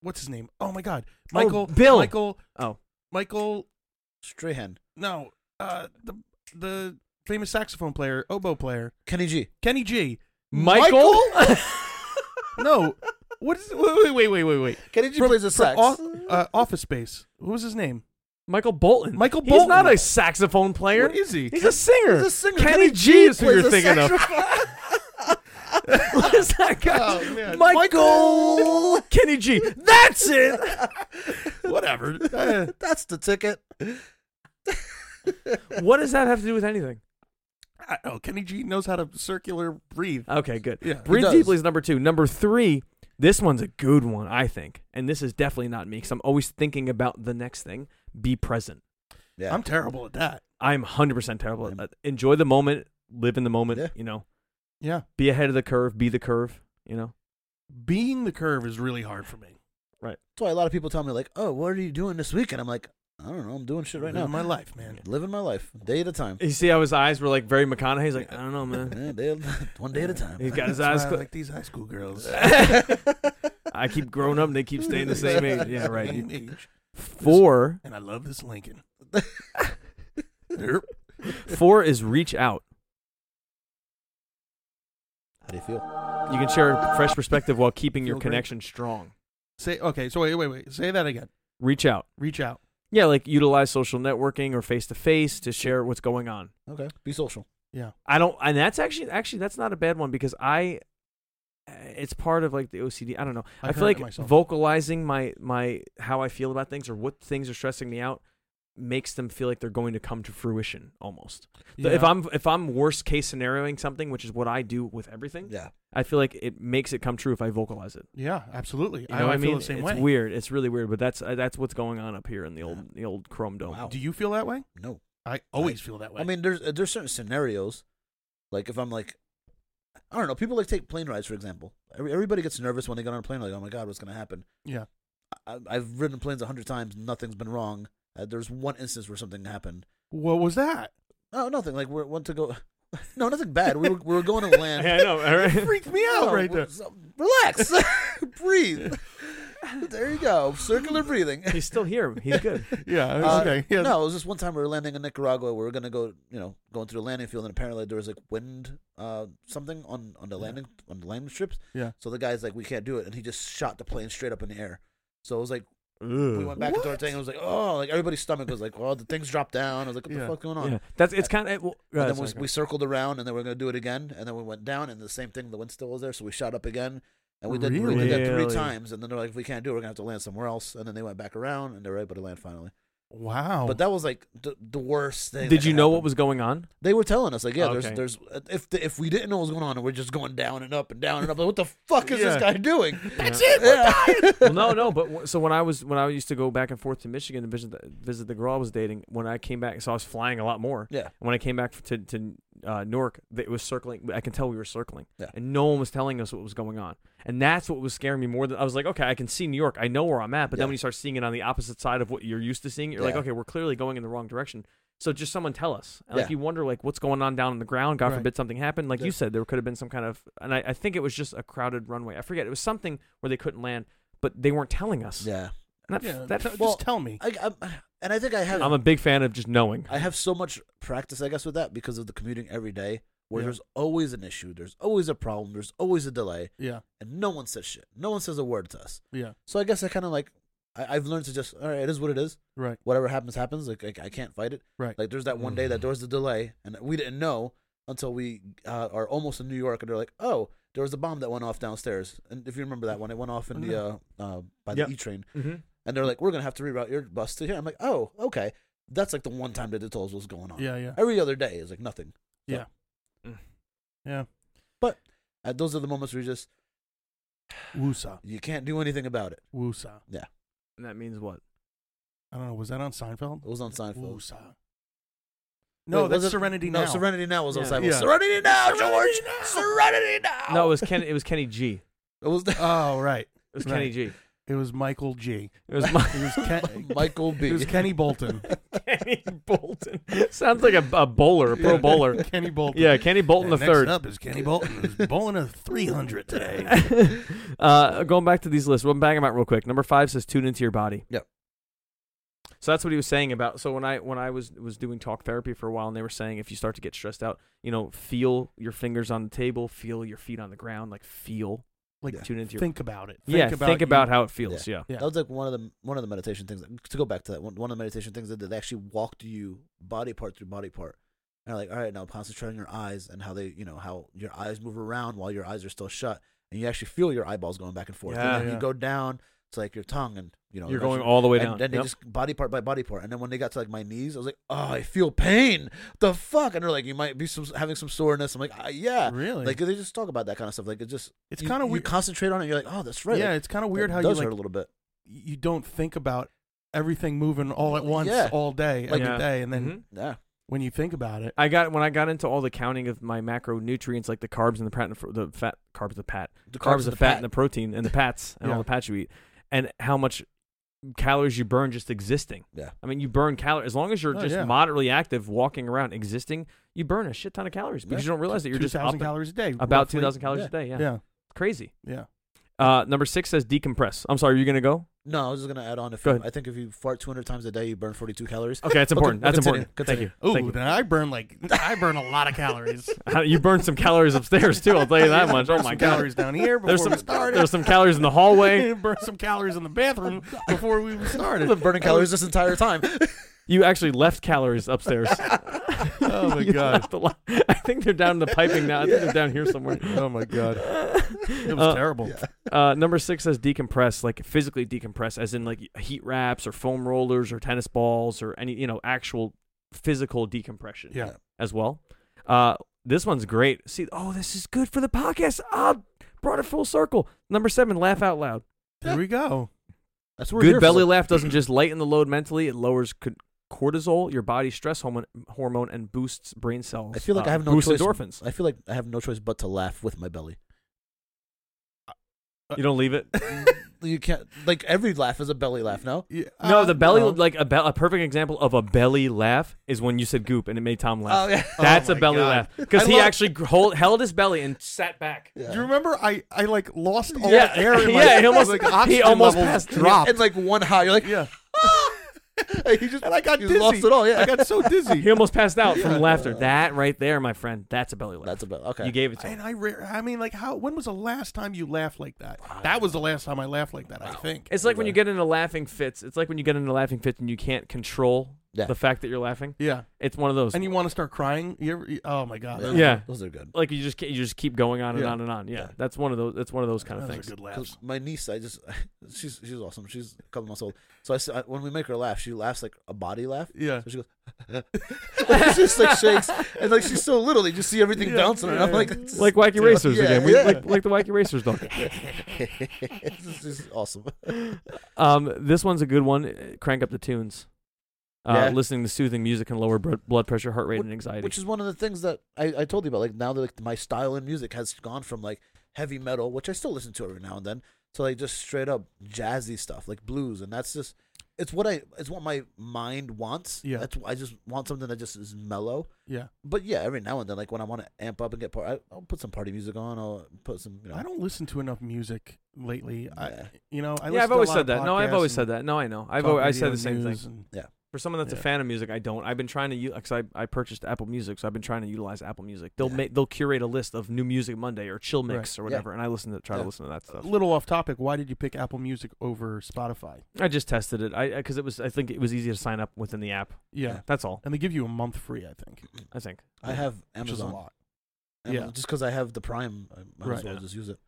S3: what's his name? Oh my God, Michael.
S1: Bill.
S3: Michael.
S1: Oh.
S3: Michael.
S2: Strahan.
S3: No. Uh, the the famous saxophone player, oboe player,
S2: Kenny G.
S3: Kenny G.
S1: Michael.
S3: No. What is? Wait, wait, wait, wait, wait, wait.
S2: Kenny G
S3: From-
S2: plays the
S3: from
S2: sax.
S3: Off- uh, Office Space. What was his name?
S1: Michael Bolton.
S3: Michael
S1: He's
S3: Bolton.
S1: not a saxophone player.
S3: What is he?
S1: He's a singer.
S2: He's a singer.
S1: Kenny G is who you're thinking of. What is that guy?
S3: Oh, man.
S1: Michael Kenny G. That's it.
S3: Whatever. Uh,
S2: of. That's the ticket.
S1: What does that have to do with anything?
S3: I don't know. Kenny G knows how to circular breathe.
S1: Okay, good.
S3: Yeah, he
S1: Breathe
S2: does.
S1: deeply is number two. Number three. This one's a good one, I think, and this is definitely not me because I'm always thinking about the next thing. Be present.
S2: Yeah.
S3: I'm terrible at that.
S1: I'm 100% terrible. at
S2: Yeah.
S1: that. Enjoy the moment, live in the moment,
S2: Yeah.
S1: you know.
S3: Yeah.
S1: Be ahead of the curve, be the curve, you know.
S3: Being the curve is really hard for me.
S2: That's why a lot of people tell me like, "Oh, what are you doing this weekend?" I'm like, "I don't know. I'm doing shit right
S3: Living
S2: now.
S3: my life, man.
S2: Living my life, day at a time.
S1: You see how his eyes were like very McConaughey's like, I don't know, man.
S2: Yeah, day, one day at a time."
S1: He's got his
S3: That's
S1: eyes
S3: why I
S1: clo-
S3: like these high school girls.
S1: I keep growing up and they keep staying the same age. Yeah, right. You-
S3: Same age.
S1: Four,
S3: And I love this Lincoln. Derp.
S1: four is reach out.
S2: How do you feel?
S1: You can share a fresh perspective while keeping your
S3: Feel great.
S1: connection strong.
S3: Say okay. So wait, wait, wait. Say that again.
S1: Reach out.
S3: Reach out.
S1: Yeah, like utilize social networking or face to face to share what's going on.
S2: Okay, be social.
S1: I don't, and that's actually actually that's not a bad one because I, it's part of like the OCD. I don't know.
S3: I
S1: I feel
S3: heard it
S1: like
S3: myself.
S1: vocalizing my my how I feel about things or what things are stressing me out makes them feel like they're going to come to fruition almost. Th- If
S3: Yeah.
S1: I'm if I'm worst case scenarioing something, which is what I do with everything,
S2: Yeah,
S1: I feel like it makes it come true if I vocalize it.
S3: yeah, absolutely.
S1: You
S3: I,
S1: know what I
S3: I
S1: mean?
S3: feel the same
S1: it's
S3: way.
S1: weird. It's really weird, but that's uh, that's what's going on up here in the old the old Chrome Dome.
S2: Wow.
S3: Do you feel that way?
S2: no.
S3: I always feel that way.
S2: I mean, there's uh, there's certain scenarios, like if I'm like, I don't know, people like take plane rides for example. Every, everybody gets nervous when they get on a plane, like, oh my god, what's gonna happen?
S3: yeah,
S2: I, I've ridden planes a hundred times, nothing's been wrong. Uh, there's one instance where something happened.
S3: what was that?
S2: Oh, nothing. Like we went to go, no, nothing bad. We were, we were going to land.
S1: Yeah, I know. All right.
S3: Freaked me out
S2: No,
S3: right
S2: we're-
S3: there.
S2: so- Relax, breathe. there you go, circular breathing.
S1: He's still here. He's good.
S3: Yeah.
S2: Uh,
S3: okay. Yeah.
S2: No, it was just one time we were landing in Nicaragua. We were gonna go, you know, going through the landing field, and apparently there was like wind, uh, something on on the landing on the landing strips.
S3: Yeah.
S2: So the guy's like, "We can't do it," and he just shot the plane straight up in the air. So it was like we went back into our
S3: What?
S2: thing, and it was like, "Oh!" Like everybody's stomach was like, "Oh, the things dropped down." I was like, "What
S3: Yeah.
S2: the fuck going on?"
S1: Yeah, that's it's kind of.
S2: and then we, we circled around, and then we are gonna do it again, and then we went down, and the same thing. The wind still was there, so we shot up again, and we did we did that
S1: Really?
S2: three times, and then they're like, "If we can't do it, we're gonna have to land somewhere else." And then they went back around, and they were able to land finally.
S3: Wow.
S2: But that was like the, the worst thing.
S1: Oh. Did
S2: that
S1: you
S2: could
S1: know what
S2: happen.
S1: was going on?
S2: They were telling us like, yeah,
S1: Okay.
S2: there's there's if the, if we didn't know what was going on, and we're just going down and up and down and up. Like, what the fuck is
S3: Yeah.
S2: this guy doing?
S1: That's
S2: it. We're
S1: well, no, no. But w- so when I was when I used to go back and forth to Michigan to visit the, visit the girl I was dating, when I came back, so I was flying a lot more.
S2: Yeah.
S1: And when I came back to to uh, Newark, th- it was circling. I can tell we were circling,
S2: Yeah.
S1: and no one was telling us what was going on, and that's what was scaring me more. Than I was like, okay, I can see New York, I know where I'm at, but then
S2: Yeah.
S1: when you start seeing it on the opposite side of what you're used to seeing, you're like,
S2: Yeah.
S1: okay, we're clearly going in the wrong direction. So just someone tell us. And, Like
S2: Yeah.
S1: you wonder, like what's going on down on the ground. God
S3: Right.
S1: forbid something happened. Like
S2: Yeah.
S1: you said, there could have been some kind of, and I, I think it was just a crowded runway. I forget. It was something where they couldn't land, but they weren't telling us.
S2: Yeah,
S1: And that,
S3: yeah,
S1: that-
S3: t-
S2: well,
S3: just tell me.
S2: I, I and I think I have
S1: I'm a big fan of just knowing.
S2: I have so much practice, I guess, with that because of the commuting every day, where
S3: Yeah.
S2: there's always an issue, there's always a problem, there's always a delay,
S3: Yeah.
S2: and no one says shit. No one says a word to us.
S3: Yeah.
S2: So I guess I kind of like I, I've learned to just all right, it is what it is.
S3: Right.
S2: Whatever happens, happens. Like, like I can't fight it.
S3: Right.
S2: Like there's that one day that there was a delay, and we didn't know until we uh, are almost in New York, and they're like, oh, there was a bomb that went off downstairs. And if you remember that one, it went off in the uh, uh, by the
S1: Yep.
S2: E train,
S1: Mm-hmm.
S2: and they're like, we're gonna have to reroute your bus to here. I'm like, oh, okay. That's like the one time that they told us what was going on.
S3: Yeah. Yeah.
S2: Every other day is like nothing.
S3: Yeah.
S1: Mm.
S3: Yeah.
S2: Uh, those are the moments where you just
S3: Woosa.
S2: you can't do anything about it.
S3: Woosa.
S1: And that means what?
S3: I don't know. Was that on Seinfeld?
S2: It was on Seinfeld.
S3: Woosa.
S2: Wait,
S3: No,
S2: was
S3: that's
S2: it-
S3: Serenity
S2: No,
S3: Now.
S2: Serenity Now was on
S1: Yeah.
S2: Seinfeld.
S3: Yeah.
S2: Serenity Now,
S3: Serenity
S2: George.
S3: Now!
S2: Serenity Now.
S1: No, it was Kenny. It was Kenny G.
S2: It was
S3: Oh, right.
S1: It was
S3: Right.
S1: Kenny G.
S3: It was Michael G.
S1: It was my,
S3: It was Ken-
S2: Michael B.
S3: It was Kenny Bolton.
S1: Kenny Bolton. Sounds like a, a bowler, a pro bowler.
S3: Kenny Bolton.
S1: Yeah, Kenny Bolton the
S3: And next
S1: third.
S3: up is Kenny Bolton, who's bowling a 300 today.
S1: uh, going back to these lists, one bang them out real quick. Number five says tune into your body.
S2: Yep.
S1: So that's what he was saying about. So when I when I was was doing talk therapy for a while, and they were saying if you start to get stressed out, you know, feel your fingers on the table, feel your feet on the ground, like feel
S3: Like
S2: Yeah.
S1: Tune into your
S3: think about it.
S1: yeah. think
S3: you-
S1: about how it feels. Yeah.
S3: Yeah.
S2: That was like one of the one of the meditation things. To go back to that, one, one of the meditation things that they actually walked you body part through body part, and like, all right, now concentrate on your eyes and how they, you know, how your eyes move around while your eyes are still shut, and you actually feel your eyeballs going back and forth.
S1: Yeah,
S2: and then
S3: yeah.
S2: you go down to like your tongue, and you know,
S1: You're
S2: eventually-
S1: going all the way
S2: and
S1: down.
S2: then
S1: Yep.
S2: they just body part by body part, and then when they got to like my knees, I was like, oh, I feel pain. The fuck, and they're like, you might be some, having some soreness. I'm like, ah, yeah.
S3: Really?
S2: Like they just talk about that kind of stuff. Like it just
S3: it's
S2: you-
S3: kind of
S2: you
S3: weird.
S2: Concentrate on it. You're like, oh, that's right.
S3: yeah,
S2: like,
S3: it's kind of
S2: that
S3: weird how you
S2: does
S3: like
S2: hurt a little bit.
S3: you don't think about everything moving all at once
S2: Yeah.
S3: all day every
S2: Like-
S3: day,
S1: Yeah.
S3: and then
S1: Mhm.
S2: Yeah.
S3: when you think about it,
S1: I got when I got into all the counting of my macronutrients, like the carbs and the pat, the fat carbs, the pat,
S2: the
S1: carbs, the fat, and the
S2: pat.
S1: protein, and the pats, and all
S3: Yeah.
S1: the pats you eat, and how much calories you burn just existing.
S2: Yeah.
S1: I mean, you burn calories as long as you're
S3: Oh,
S1: just
S3: yeah.
S1: moderately active, walking around, existing. You burn a shit ton of calories because
S2: Yeah.
S1: you don't realize that you're
S3: two
S1: just
S3: thousand
S1: up-
S3: calories a day,
S1: about
S3: roughly.
S1: two thousand calories a day. Yeah,
S3: Yeah. yeah,
S1: crazy. Uh, number six says decompress. I'm sorry, are you gonna go?
S2: No, I was just gonna add on. If
S1: Go
S2: you,
S1: ahead.
S2: I think if you fart 200 times a day, you burn 42 calories.
S1: Okay, that's
S2: But
S1: important.
S2: con-
S1: That's
S2: continue,
S1: important. Thank you.
S3: Ooh,
S1: Thank you.
S3: then I burn like I burn a lot of calories.
S1: you burned some calories upstairs too. I'll tell you that much. Oh
S3: Burn
S1: my
S3: some
S1: god.
S3: calories down here before
S1: There's some
S3: we started.
S1: there's some calories in the hallway.
S3: burn some calories in the bathroom before we even
S2: I've
S3: started.
S2: been burning calories this entire time.
S1: You actually left calories upstairs.
S3: Oh my
S1: You
S3: god.
S1: left a lot. I think they're down in the piping now. I think they're down here somewhere.
S3: Oh my god. It was
S1: Uh,
S3: terrible.
S1: Uh, number six says decompress, like physically decompress, as in like heat wraps or foam rollers or tennis balls or any you know actual physical decompression
S3: Yeah.
S1: as well. Uh, this one's great. See, oh, this is good for the podcast. Ah, brought it full circle. Number seven, laugh out loud.
S3: There we go.
S2: That's what we're
S1: Good
S2: here
S1: belly
S2: for.
S1: laugh doesn't just lighten the load mentally; it lowers co- cortisol, your body's stress hormone, hormone, and boosts brain cells.
S2: I feel like
S1: uh,
S2: I have no
S1: boosts
S2: choice.
S1: endorphins.
S2: I feel like I have no choice but to laugh with my belly.
S3: Uh,
S1: You don't leave it.
S2: You can't like every laugh is a belly laugh. No,
S3: Yeah,
S1: No,
S3: uh,
S1: the belly,
S2: Oh.
S3: no.
S1: like a, be- a perfect example of a belly laugh is when you said goop and it made Tom laugh.
S2: yeah.
S1: That's
S3: Oh
S1: a
S3: my
S1: belly
S3: God.
S1: laugh because
S3: I
S1: he
S3: love-
S1: actually gr- hold, held his belly and sat back.
S3: Do you remember I, I like lost all
S1: Yeah.
S3: the air in my
S1: Yeah, he almost-
S3: like
S1: he
S3: oxygen
S1: almost
S3: levels
S1: passed-
S3: dropped.
S2: And like one high, you're like,
S3: yeah.
S2: you just
S3: And I got
S2: you
S3: dizzy.
S2: lost it all. Yeah,
S3: I got so dizzy.
S1: He almost passed out from laughter. That right there, my friend, that's a belly laugh.
S2: that's a belly. Okay,
S1: You gave it to him.
S3: And I rare I mean like how when was the last time you laughed like that? That was the last time I laughed like that, I think.
S1: It's like when you get into laughing fits. It's like when you get into laughing fits and you can't control
S2: Yeah.
S1: the fact that you're laughing.
S3: Yeah.
S1: It's one of those.
S3: And you want to start crying? You ever, you- oh my god.
S2: Yeah.
S3: those-
S1: yeah,
S2: those are good.
S1: like you just ca- you just keep going on and
S3: Yeah.
S1: on and on. Yeah,
S2: Yeah.
S1: that's one of those. That's one of those kind of
S3: those are
S1: things.
S3: good
S2: 'Cause
S3: laughs.
S2: my niece, I just she's she's awesome. She's a couple months old. So I, s- I- when we make her laugh, she laughs like a body laugh.
S3: Yeah.
S2: So she goes, it's just like shakes, and like she's so little, you just see everything
S3: Yeah,
S2: bouncing, and
S3: yeah,
S2: I'm
S3: yeah.
S2: like, this is-
S1: Like wacky racers
S2: Yeah,
S1: again. We,
S2: yeah.
S1: like, like the wacky racers dog.
S2: this is awesome.
S1: Um, this one's a good one. Uh, Crank up the tunes. Uh,
S2: Yeah.
S1: Listening to soothing music can lower br- blood pressure, heart rate, and anxiety.
S2: Which is one of the things that I, I told you about. Like now that like my style in music has gone from like heavy metal, which I still listen to every now and then, to like just straight up jazzy stuff, like blues, and that's just it's what I it's what my mind wants.
S3: Yeah.
S2: that's, I just want something that just is mellow.
S3: Yeah.
S2: But yeah, every now and then, like when I want to amp up and get part, I, I'll put some party music on. I'll put some. You know,
S3: I don't listen to enough music lately. I
S2: Yeah.
S3: you know, I
S1: yeah,
S3: listen
S1: I've
S3: to a
S1: always
S3: lot
S1: said
S3: of
S1: that. No, I've always
S3: podcasts
S1: said
S3: and
S1: that. No, I know. I've
S3: talk
S1: always, I
S3: radio
S1: said the same
S3: news
S1: thing.
S3: and-
S1: For someone that's a
S3: Yeah.
S1: fan of music, I don't. I've been trying to because I, I purchased Apple Music, so I've been trying to utilize Apple Music. They'll
S2: Yeah.
S1: make they'll curate a list of new music Monday or chill
S3: Right.
S1: mix or
S2: Yeah.
S1: whatever, and I listen to try to
S2: Yeah.
S1: listen to that
S3: A
S1: stuff.
S3: little off topic. Why did you pick Apple Music over Spotify?
S1: I just tested it. I because it was I think it was easy to sign up within the app.
S3: Yeah.
S2: Yeah.
S1: That's all.
S3: And they give you a month free, I think,
S1: I think.
S2: I have
S3: which is a
S2: Amazon.
S3: lot.
S2: Amazon
S3: Yeah.
S2: just because I have the Prime, I might
S3: Right.
S2: as well
S3: Yeah.
S2: just use it.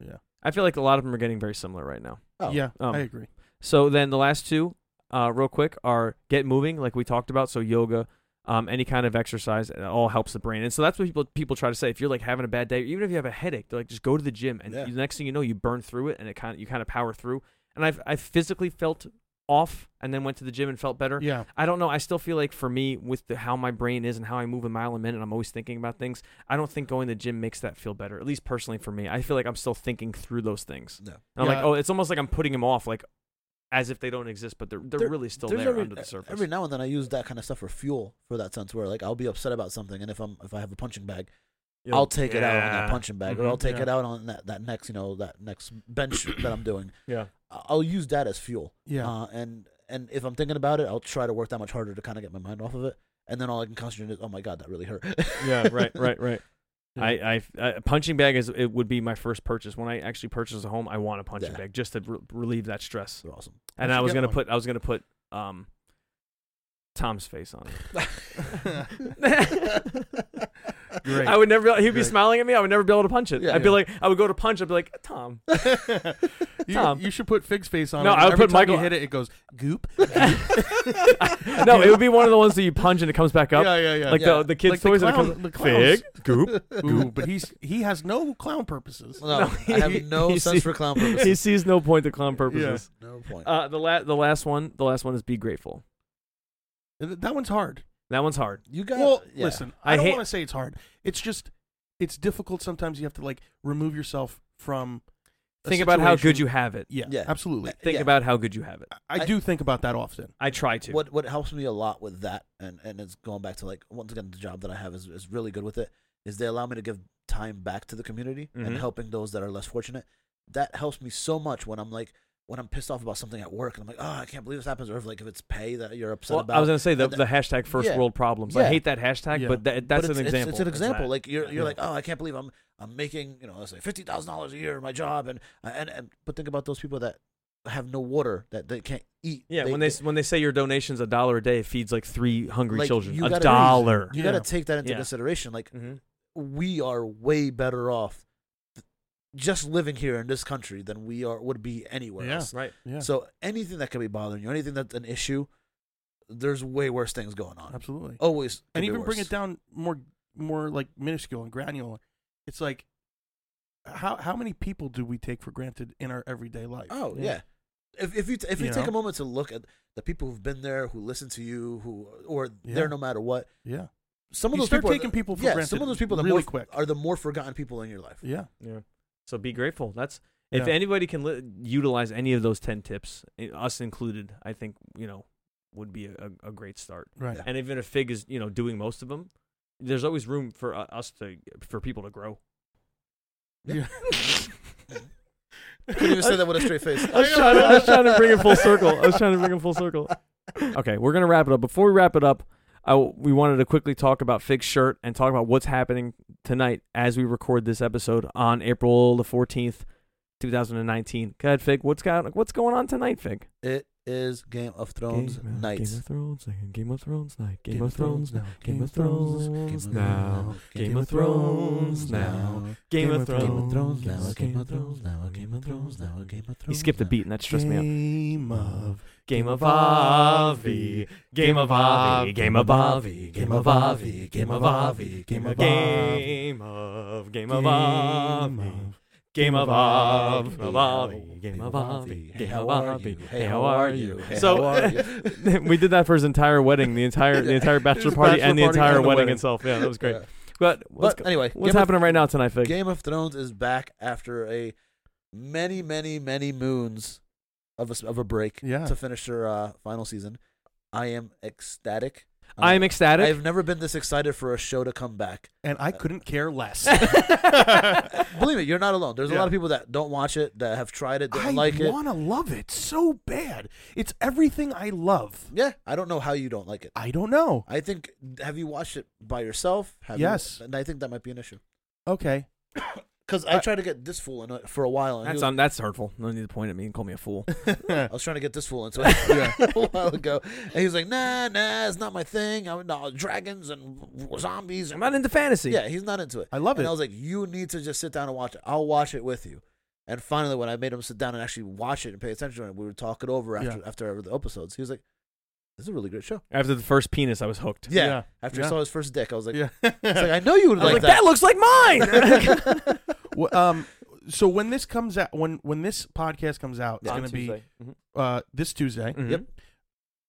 S1: I feel like a lot of them are getting very similar right now.
S2: Oh,
S3: yeah,
S1: um,
S3: I agree.
S1: So then the last two, uh, real quick, are get moving, like we talked about. So yoga, um, any kind of exercise, it all helps the brain. And so that's what people people try to say. If you're like having a bad day, even if you have a headache, they're like, just go to the gym, and
S2: Yeah.
S1: the next thing you know, you burn through it, and it kind of you kind of power through. And I've I physically felt off, and then went to the gym and felt better.
S3: Yeah,
S1: I don't know. I still feel like for me, with the, how my brain is and how I move a mile a minute, I'm always thinking about things. I don't think going to the gym makes that feel better. At least personally for me, I feel like I'm still thinking through those things.
S2: No.
S1: And I'm like,
S3: Yeah.
S1: oh, it's almost like I'm putting them off, like as if they don't exist, but they're they're,
S2: There-
S1: really still
S2: there's
S1: there
S2: every, e,
S1: under the surface.
S2: Every now and then, I use that kind of stuff for fuel for that sense where like I'll be upset about something, and if I'm if I have a punching bag,
S1: You'll-
S2: I'll take it out on
S1: Yeah.
S2: that punching bag,
S1: Mhm.
S2: or I'll take
S3: Yeah.
S2: it out on that, that next you know that next bench that I'm doing.
S1: Yeah.
S2: I- I'll use that as fuel.
S3: yeah.
S2: Uh, and and if I'm thinking about it, I'll try to work that much harder to kind of get my mind off of it, and then all I can concentrate is, oh my god, that really hurt.
S1: Yeah, right, right, right.
S3: Yeah.
S1: I, I, I punching bag is it would be my first purchase. When I actually purchase a home, I want a punching
S2: Yeah.
S1: bag just to re- relieve that stress.
S2: They're awesome.
S1: And
S3: should
S1: I was
S3: get
S1: gonna
S3: one.
S1: put I was gonna put um Tom's face on it. Um.
S3: Great.
S1: I would never. He'd be
S3: Great.
S1: smiling at me. I would never be able to punch it.
S2: Yeah.
S1: I'd be
S3: Yeah.
S1: like, I would go to punch. I'd be like, Tom.
S3: you,
S1: Tom.
S3: you should put Fig's face on
S1: No,
S3: it. and
S1: I would
S3: every
S1: put
S3: time
S1: Michael-
S3: You hit it, it goes goop.
S1: No, it would be one of the ones that you punch and it comes back up.
S3: Yeah, yeah, yeah.
S1: like
S2: yeah.
S1: the the kids'
S3: Like the
S1: toys that
S3: clown-
S1: comes
S3: the clowns.
S1: fig goop.
S3: Ooh, but he's he has no clown purposes.
S2: No,
S1: No,
S2: I
S1: he-
S2: have no
S1: he
S2: sense
S1: sees-
S2: for clown
S1: he
S2: purposes.
S1: sees no point to clown purposes.
S2: No point.
S1: Uh, the la- the last one, the last one is be grateful.
S3: Th- That one's hard.
S1: That one's hard.
S2: you got
S3: well,
S2: yeah.
S3: listen,
S1: I
S3: I, don't
S1: hate-
S3: want to say it's hard. It's just it's difficult. Sometimes you have to like remove yourself from. a
S1: Think about how good
S3: situation-
S1: you have it.
S3: Yeah,
S2: Yeah.
S3: absolutely.
S1: Think
S2: Yeah.
S1: about how good you have it.
S3: I, I do think about that often.
S1: I try to.
S2: What what helps me a lot with that, and and it's going back to like once again the job that I have is is really good with it. Is they allow me to give time back to the community
S1: Mhm.
S2: and helping those that are less fortunate. That helps me so much when I'm like when I'm pissed off about something at work and I'm like, oh, I can't believe this happens, or if like if it's pay that you're upset
S1: Well,
S2: about.
S1: I was gonna say the,
S2: And
S1: the hashtag first
S2: yeah.
S1: world problems. I
S2: Yeah.
S1: hate that hashtag,
S3: Yeah.
S1: but that,
S2: but
S1: that's
S2: it's-
S1: an
S2: it's-
S1: example.
S2: It's, an example.
S1: that.
S2: Like you're
S1: Yeah.
S2: you're like, oh, I can't believe I'm I'm making you know let's say fifty thousand dollars a year in my job, and and and but think about those people that have no water that they can't eat.
S1: yeah, when they s- when they say your donation's a dollar a day, it feeds like three hungry
S2: Like,
S1: children.
S2: you
S1: A
S2: gotta-
S1: dollar.
S2: you
S3: Yeah.
S2: got to take that into
S1: Yeah.
S2: consideration. Like
S1: Mm-hmm.
S2: we are way better off th- just living here in this country than we are would be anywhere
S3: Yeah.
S2: else.
S1: Right.
S3: Yeah,
S2: So anything that could be bothering you, anything that's an issue, there's way worse things going on.
S3: absolutely.
S2: Always, could
S3: and
S2: be
S3: even bring
S2: worse.
S3: it down more more like minuscule and granular. It's like how how many people do we take for granted in our everyday life?
S2: Oh yeah. If if you t- if you,
S3: You
S2: take
S3: know?
S2: a moment to look at the people who've been there, who listen to you, who or
S3: Yeah.
S2: there no matter what,
S3: yeah,
S2: some of
S3: You
S2: those
S3: start
S2: people are
S3: taking
S2: the-
S3: people for
S2: yeah, some
S3: granted
S2: of those people that
S3: really
S2: more,
S3: quick.
S2: are the more forgotten people in your life.
S3: yeah.
S1: Yeah. So be grateful. That's if
S3: Yeah.
S1: anybody can li- utilize any of those ten tips, i- us included. I think you know would be a, a, a great start.
S3: Right.
S1: And even if Fig is you know doing most of them, there's always room for uh, us to for people to grow.
S3: Yeah.
S2: Couldn't even say that with a straight face.
S1: I was, trying to, I was trying to bring it full circle. I was trying to bring it full circle. Okay, we're gonna wrap it up. Before we wrap it up, I w- we wanted to quickly talk about Fig's shirt and talk about what's happening tonight as we record this episode on April the fourteenth, two thousand and nineteen. Go ahead, Fig. What's got what's going on tonight, Fig?
S2: It is Game of Thrones
S1: Game,
S2: night.
S1: Game of Thrones. Game of Thrones night. Game,
S3: Game
S1: of
S3: of
S1: Thrones now. Game of
S3: Game
S1: Thrones
S3: of
S1: now.
S3: Thrones
S1: Game of Thrones now. Game of
S3: Game of
S1: Thrones.
S3: Thrones now.
S1: Game of Thrones.
S2: now. Game of Thrones now. Game of Thrones.
S1: He skipped a beat and that stressed me out.
S3: Game of
S1: Game of Avi.
S3: Avi.
S1: Game of Avi. Game of Avi. Game of Avi. Game of Avi.
S3: Game of Avi.
S1: Game of Game of Avi. Game of Avi. Game of Avi. Game of Avi. Game of Avi. Hey, how are you?
S2: Hey, how are
S1: So
S2: you?
S1: we did that for his entire wedding, the entire the entire bachelor
S3: His
S1: party,
S3: bachelor
S1: and the
S3: party
S1: entire
S3: and the
S1: wedding
S3: wedding.
S1: itself. Yeah, that was great.
S2: Yeah.
S1: But what's,
S2: But anyway,
S1: what's
S2: Game
S1: happening right now tonight,
S2: Of,
S1: Fig?
S2: Game of Thrones is back after a many, many, many moons of a s of a break
S3: Yeah.
S2: to finish their uh, final season. I am ecstatic. Um,
S1: I am ecstatic.
S2: I've never been this excited for a show to come back.
S3: And I couldn't care less.
S2: Believe me, you're not alone. There's a
S3: Yeah.
S2: lot of people that don't watch it, that have tried it, didn't
S3: I
S2: like it.
S3: want to love it so bad. It's everything I love.
S2: Yeah, I don't know how you don't like it.
S3: I don't know.
S2: I think have you watched it by yourself? Have
S3: Yes.
S2: you, and I think that might be an issue
S3: Okay.
S2: because I tried to get this fool in it for a while, and he
S1: That's
S2: was,
S1: on. That's hurtful. No need to point at me and call me a fool.
S2: I was trying to get this fool into it a while ago, and he was like, "Nah, nah, it's not my thing. I'm no dragons and zombies.
S1: I'm
S2: And,
S1: not into fantasy.
S2: yeah, he's not into it.
S3: I love
S2: and
S3: it.
S2: I was like, you need to just sit down and watch it. I'll watch it with you. And finally, when I made him sit down and actually watch it and pay attention to it, we would talk it over after
S3: Yeah.
S2: after the episodes. He was like, "This is a really great show."
S1: After the first penis, I was hooked.
S2: Yeah.
S3: Yeah.
S2: After
S3: Yeah.
S2: he saw his first dick, I was like,
S3: yeah.
S2: I was like, "I know you would
S1: I was
S2: like,
S1: like, that. looks like mine.
S3: Well, um, so when this comes out, when when this podcast comes out, it's going to be uh, this Tuesday.
S2: Yep. Mm-hmm.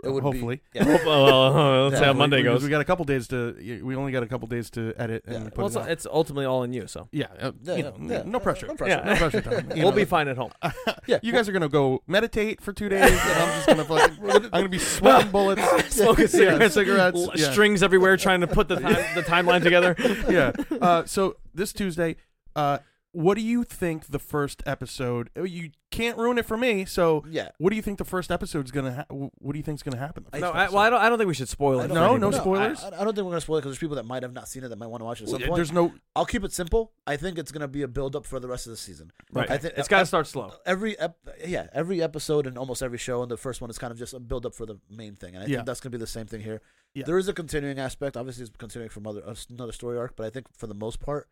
S2: It would be-
S3: hopefully.
S2: yeah.
S1: Hope- Mm-hmm. uh, well, let's see how
S2: Yeah,
S3: Hopefully,
S1: Monday
S3: because
S1: goes.
S3: We got a couple days to. We only got a couple days to edit and
S2: Yeah.
S3: put
S1: Well,
S3: it
S1: it's,
S3: out.
S1: it's ultimately all in you, so
S3: Yeah, uh,
S2: Yeah,
S3: you know,
S2: yeah.
S3: no pressure.
S2: No pressure.
S1: Yeah.
S3: No pressure. Tom. You
S1: we'll
S3: know,
S1: be fine at home.
S2: Yeah.
S3: You guys are gonna go meditate for two days, and I'm just gonna fucking. I'm gonna be sweating bullets,
S1: Smoking cigarettes,
S3: cigarettes,
S1: L-
S3: yeah.
S1: strings everywhere, trying to put the time, the timeline together.
S3: yeah. Uh, so this Tuesday, uh, what do you think the first episode? oh, You can't ruin it for me. So,
S2: Yeah.
S3: what do you think the first episode's gonna? Ha- what do you think's gonna happen? The
S1: No,
S3: first
S1: I, well, I don't. I don't think we should spoil
S2: I
S1: it.
S2: don't
S1: for
S3: No,
S2: think-
S3: no
S1: anybody.
S3: spoil- spoilers?
S2: I, I don't think we're gonna spoil it because there's people that might have not seen it that might want to watch it at some
S3: episode?
S2: point.
S3: There's no.
S2: I'll keep it simple. I think it's gonna be a build up for the rest of the season.
S1: Right.
S2: I think
S1: it's got to start slow.
S2: every ep- yeah every episode and almost every show and the first one is kind of just a build up for the main thing and i
S3: Yeah.
S2: think that's going to be the same thing here
S3: Yeah.
S2: there is a continuing aspect obviously it's continuing from other, another story arc but i think for the most part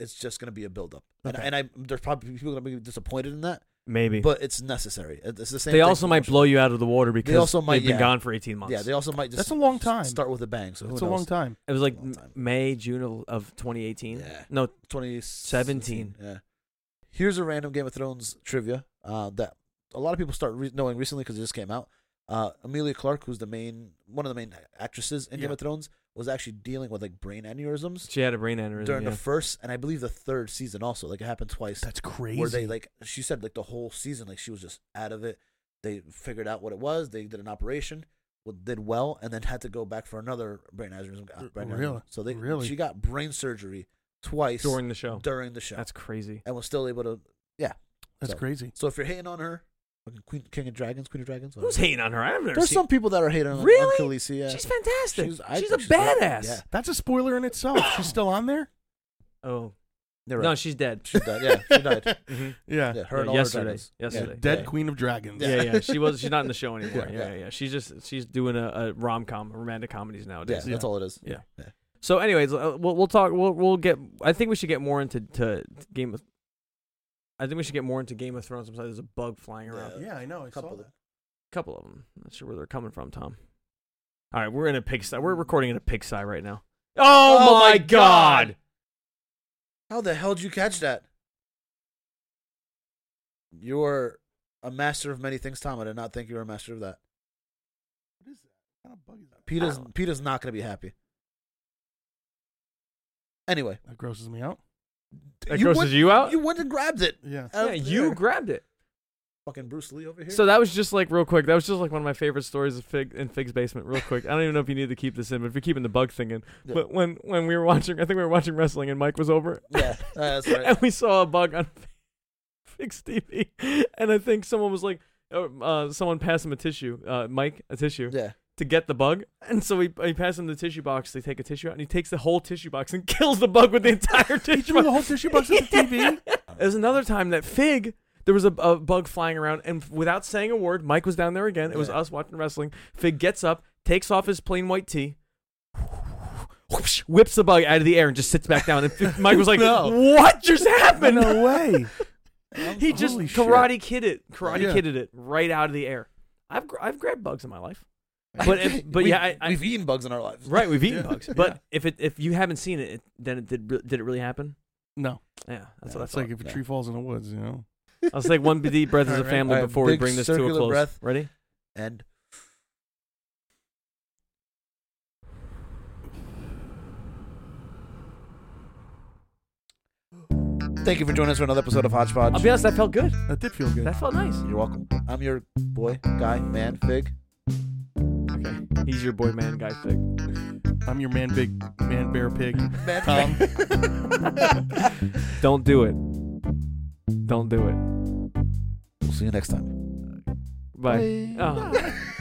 S2: it's just going to be a build up
S3: Okay.
S2: and, and i there's probably people going to be disappointed in that
S1: Maybe.
S2: but it's necessary It- it's the same
S1: they
S2: thing
S1: also
S2: for
S1: might
S2: most-
S1: blow you out of the water because
S2: also might-
S1: have been
S2: yeah.
S1: gone for 18 months.
S2: yeah they also might just
S3: That's a long time.
S2: start with a bang so who
S3: It's a
S2: knows?
S3: long time.
S1: it was like
S2: Long time.
S1: May, June of- of 2018.
S2: Yeah.
S1: No,
S2: 2017. Yeah. Here's a random Game of Thrones trivia uh, that a lot of people start re- knowing recently because it just came out. Uh, Amelia Clark, who's the main one of the main actresses in Game
S3: Yeah.
S2: of Thrones, was actually dealing with like brain aneurysms
S1: she had a brain aneurysm.
S2: during
S1: yeah.
S2: the first and I believe the third season also. Like it happened twice.
S3: That's crazy.
S2: where they like she said like the whole season like she was just out of it. They figured out what it was. They did an operation, w- did well, and then had to go back for another brain aneurysm.
S3: R-
S2: brain aneurysm.
S3: really?
S2: So they
S3: Really?
S2: she got brain surgery twice
S1: during the show.
S2: during the show
S1: That's crazy.
S2: and was still able to.
S3: That's
S2: so.
S3: crazy.
S2: So if you're hating on her, fucking Queen, King of Dragons, Queen of Dragons, whatever.
S1: Who's hating on her? I've never
S2: There's
S1: seen.
S2: some people that are hating on,
S1: Really?
S2: on Khaleesi. Yeah.
S1: She's fantastic. She's,
S2: I
S1: a
S2: think great.
S1: badass.
S2: Yeah,
S3: That's a spoiler in itself. She's still on there.
S1: Oh
S2: they're
S1: no,
S2: right.
S1: she's dead.
S2: she died. Yeah, she died.
S1: Mhm.
S3: yeah.
S2: Yeah, her
S1: Yeah,
S2: and all her
S1: yesterday.
S2: dragons. Yeah,
S1: Yesterday.
S3: Dead
S2: yeah.
S3: Queen of Dragons.
S1: Yeah, yeah. She was. She's not in the show anymore.
S2: Yeah,
S1: Yeah, yeah.
S2: yeah.
S1: She's just. She's doing a, a rom com, romantic comedies
S2: Yeah,
S1: nowadays.
S2: that's all it is.
S1: Yeah.
S2: Yeah.
S1: So, anyways, uh, we'll we'll talk. We'll we'll get. I think we should get more into to Game of. I think we should get more into Game of Thrones. Besides, there's a bug flying around.
S2: Yeah.
S3: Yeah, I know. I saw
S2: Couple of
S3: that.
S2: them.
S1: A couple of them. Not sure where they're coming from, Tom. All right, we're in a pigsty. We're recording in a pigsty right now. Oh,
S2: Oh
S1: my
S2: my
S1: god!
S2: How the hell did you catch that? You're a master of many things, Tom. I did not think you were a master of that.
S3: What is that? What kind of bug is that?
S2: Peter's Peter's not going to be happy. Anyway,
S3: That grosses me out.
S1: That
S2: you
S1: grosses
S2: went,
S1: you out.
S2: You went and grabbed it.
S3: Yeah.
S2: out
S1: yeah,
S2: of
S1: you
S2: there.
S1: grabbed it.
S2: fucking Bruce Lee over here.
S1: So that was just like real quick. That was just like one of my favorite stories of Fig in Fig's basement. Real quick, I don't even know if you need to keep this in, but if you're keeping the bug thing in,
S2: Yeah.
S1: but when when we were watching, I think we were watching wrestling, and Mike was over,
S2: yeah, that's right.
S1: and we saw a bug on Fig's TV, and I think someone was like, uh, uh, someone passed him a tissue, uh, Mike a tissue
S2: Yeah.
S1: to get the bug, and so he he passed him the tissue box. They take a tissue out, and he takes the whole tissue box and kills the bug with the entire
S3: He
S1: tissue.
S3: threw
S1: box.
S3: the whole tissue box at the TV.
S1: There's another time that Fig, there was a, a bug flying around, and without saying a word, Mike was down there again. It was
S2: Yeah.
S1: us watching wrestling. Fig gets up, takes off his plain white tee, whoosh, whips the bug out of the air, and just sits back down. And Fig- Mike was like,
S3: No.
S1: "What just happened?"
S3: No way.
S1: He just
S3: Holy shit.
S1: karate kid it, karate
S3: Yeah.
S1: kidded it right out of the air. I've gr- I've grabbed bugs in my life, but if, but
S2: We-
S1: yeah, I, I,
S2: we've eaten bugs in our lives.
S1: right, we've eaten
S3: Yeah.
S1: bugs. But
S3: Yeah.
S1: if it if you haven't seen it, it then it did re- did it really happen?
S3: No.
S1: Yeah, that's
S2: No,
S1: what I
S3: That's
S1: thought.
S3: like if a
S2: yeah.
S3: tree falls in the woods, you know?
S1: I'll take one deep breath as a
S3: Alright,
S1: family
S2: alright,
S1: before we
S2: big
S1: bring this to a
S2: circular
S1: close.
S2: breath.
S1: Ready?
S2: And thank you for joining us for another episode of
S1: I'll
S2: Hodgepodge.
S1: be honest, that felt good.
S3: That did feel good.
S1: That felt nice.
S2: You're welcome. I'm your boy, guy, man, fig.
S1: Okay. He's your boy man guy fig.
S3: I'm your man, big man, bear, pig.
S2: Man,
S3: Tom.
S1: Don't do it. Don't do it.
S2: We'll see you next time.
S1: Bye. Oh.